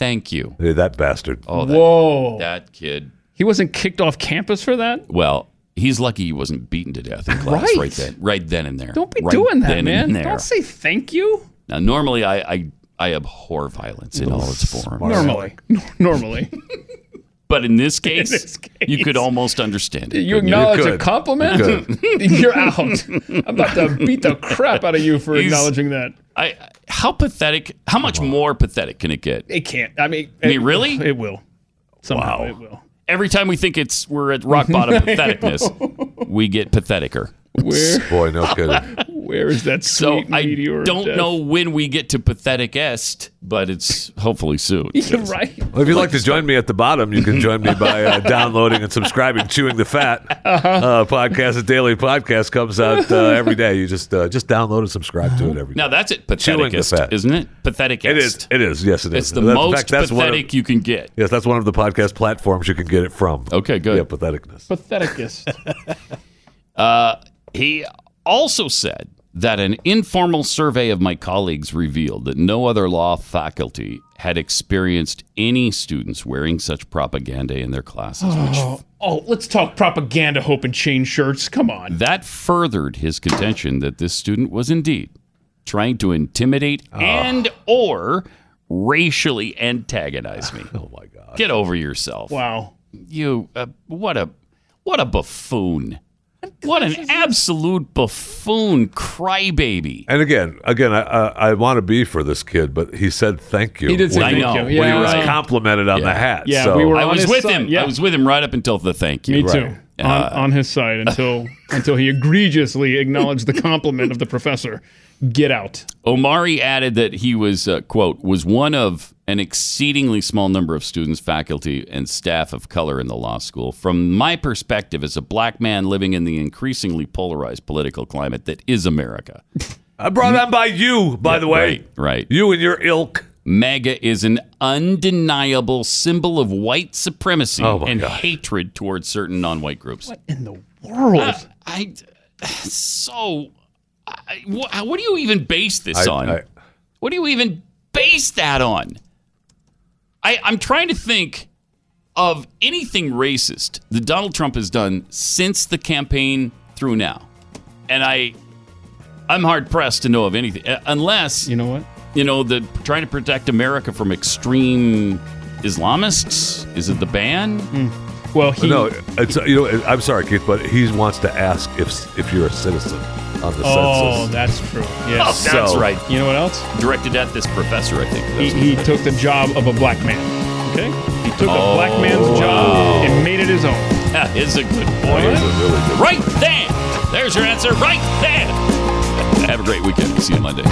thank you.
Hey, that bastard.
Oh, that,
Whoa!
that kid.
He wasn't kicked off campus for that.
Well, he's lucky he wasn't beaten to death in class right,
Right.
then, right then and there.
Don't be
Right
doing that,
then
man.
and there.
Don't say thank you.
now, normally I, I I abhor violence in all its forms.
Normally, normally,
but in this case,
this case.
you could almost understand it.
you
couldn't
acknowledge a
could.
compliment, you're out. I'm about to beat the crap out of you for
He's-
acknowledging that.
I, how pathetic? How much more pathetic can it get?
It can't. I mean,
I
it-
mean, really?
it will. Somehow it will.
Every time we think it's we're at rock bottom patheticness, we get patheticer.
Where,
boy, no kidding.
where is that
So
sweet
I
meteor? of
don't
death?
know when we get to pathetic est, but it's hopefully soon.
You're right.
Well, if you'd like to join me at the bottom, you can join me by uh, downloading and subscribing. Chewing the Fat
Uh-huh.
uh, podcast, a daily podcast, comes out uh, every day. You just uh, just download and subscribe to it every day.
Now that's it.
Chewing the
Patheticest,
fat.
isn't it? Patheticest.
It is. It is. Yes, it is.
It's the
In fact,
most
that's one of-
pathetic you can get.
yes, that's one of the podcast platforms you can get it from.
Okay, good.
Yeah, patheticness.
Patheticus.
Uh, he also said that an informal survey of my colleagues revealed that no other law faculty had experienced any students wearing such propaganda in their classes.
Oh, oh, let's talk propaganda, hope, and change shirts. Come on.
That furthered his contention that this student was indeed trying to intimidate
Ah.
and or racially antagonize me.
Oh my god.
Get over yourself.
Wow.
You uh, what a what a buffoon. What an absolute buffoon crybaby.
And again, again, I, I, I want to be for this kid, but he said thank you.
He did say
when
I
thank
know.
you.
When
he- when he was
Yeah.
complimented on
Yeah.
the hat.
Yeah,
so.
we were
I was
his
with
side,
him.
yeah.
I was with him right up until the thank you.
Me too. on, on his side until until he egregiously acknowledged the compliment of the professor. Get out.
Omari added that he was, uh, quote, was one of an exceedingly small number of students, faculty, and staff of color in the law school. From my perspective as a black man living in the increasingly polarized political climate that is America.
I brought on by you, by the way.
Right, right.
You and your ilk.
MAGA is an undeniable symbol of white supremacy
Oh, my
and
God.
hatred towards certain non white groups. Ah,
In the world.
I, so, I, what, what do you even base this
I-
on?
I-
What do you even base that on? I, I'm trying to think of anything racist that Donald Trump has done since the campaign through now, and I, I'm hard pressed to know of anything uh, unless
you know what?
you know the trying to protect America from extreme Islamists. Is it the ban?
Well, he.
no, it's you know. I'm sorry, Keith, but he wants to ask if if you're a citizen on the
oh,
census.
that's true. Yes.
Oh, That's
So-
right.
You know what else?
Directed at this professor, I think.
He, he took the job of a black man. Okay? He took a black man's
Oh,
job and made it his own.
That is a good
Boy,
point.
is it really good.
Right there. There's your answer right there. Have a great weekend. See you Monday.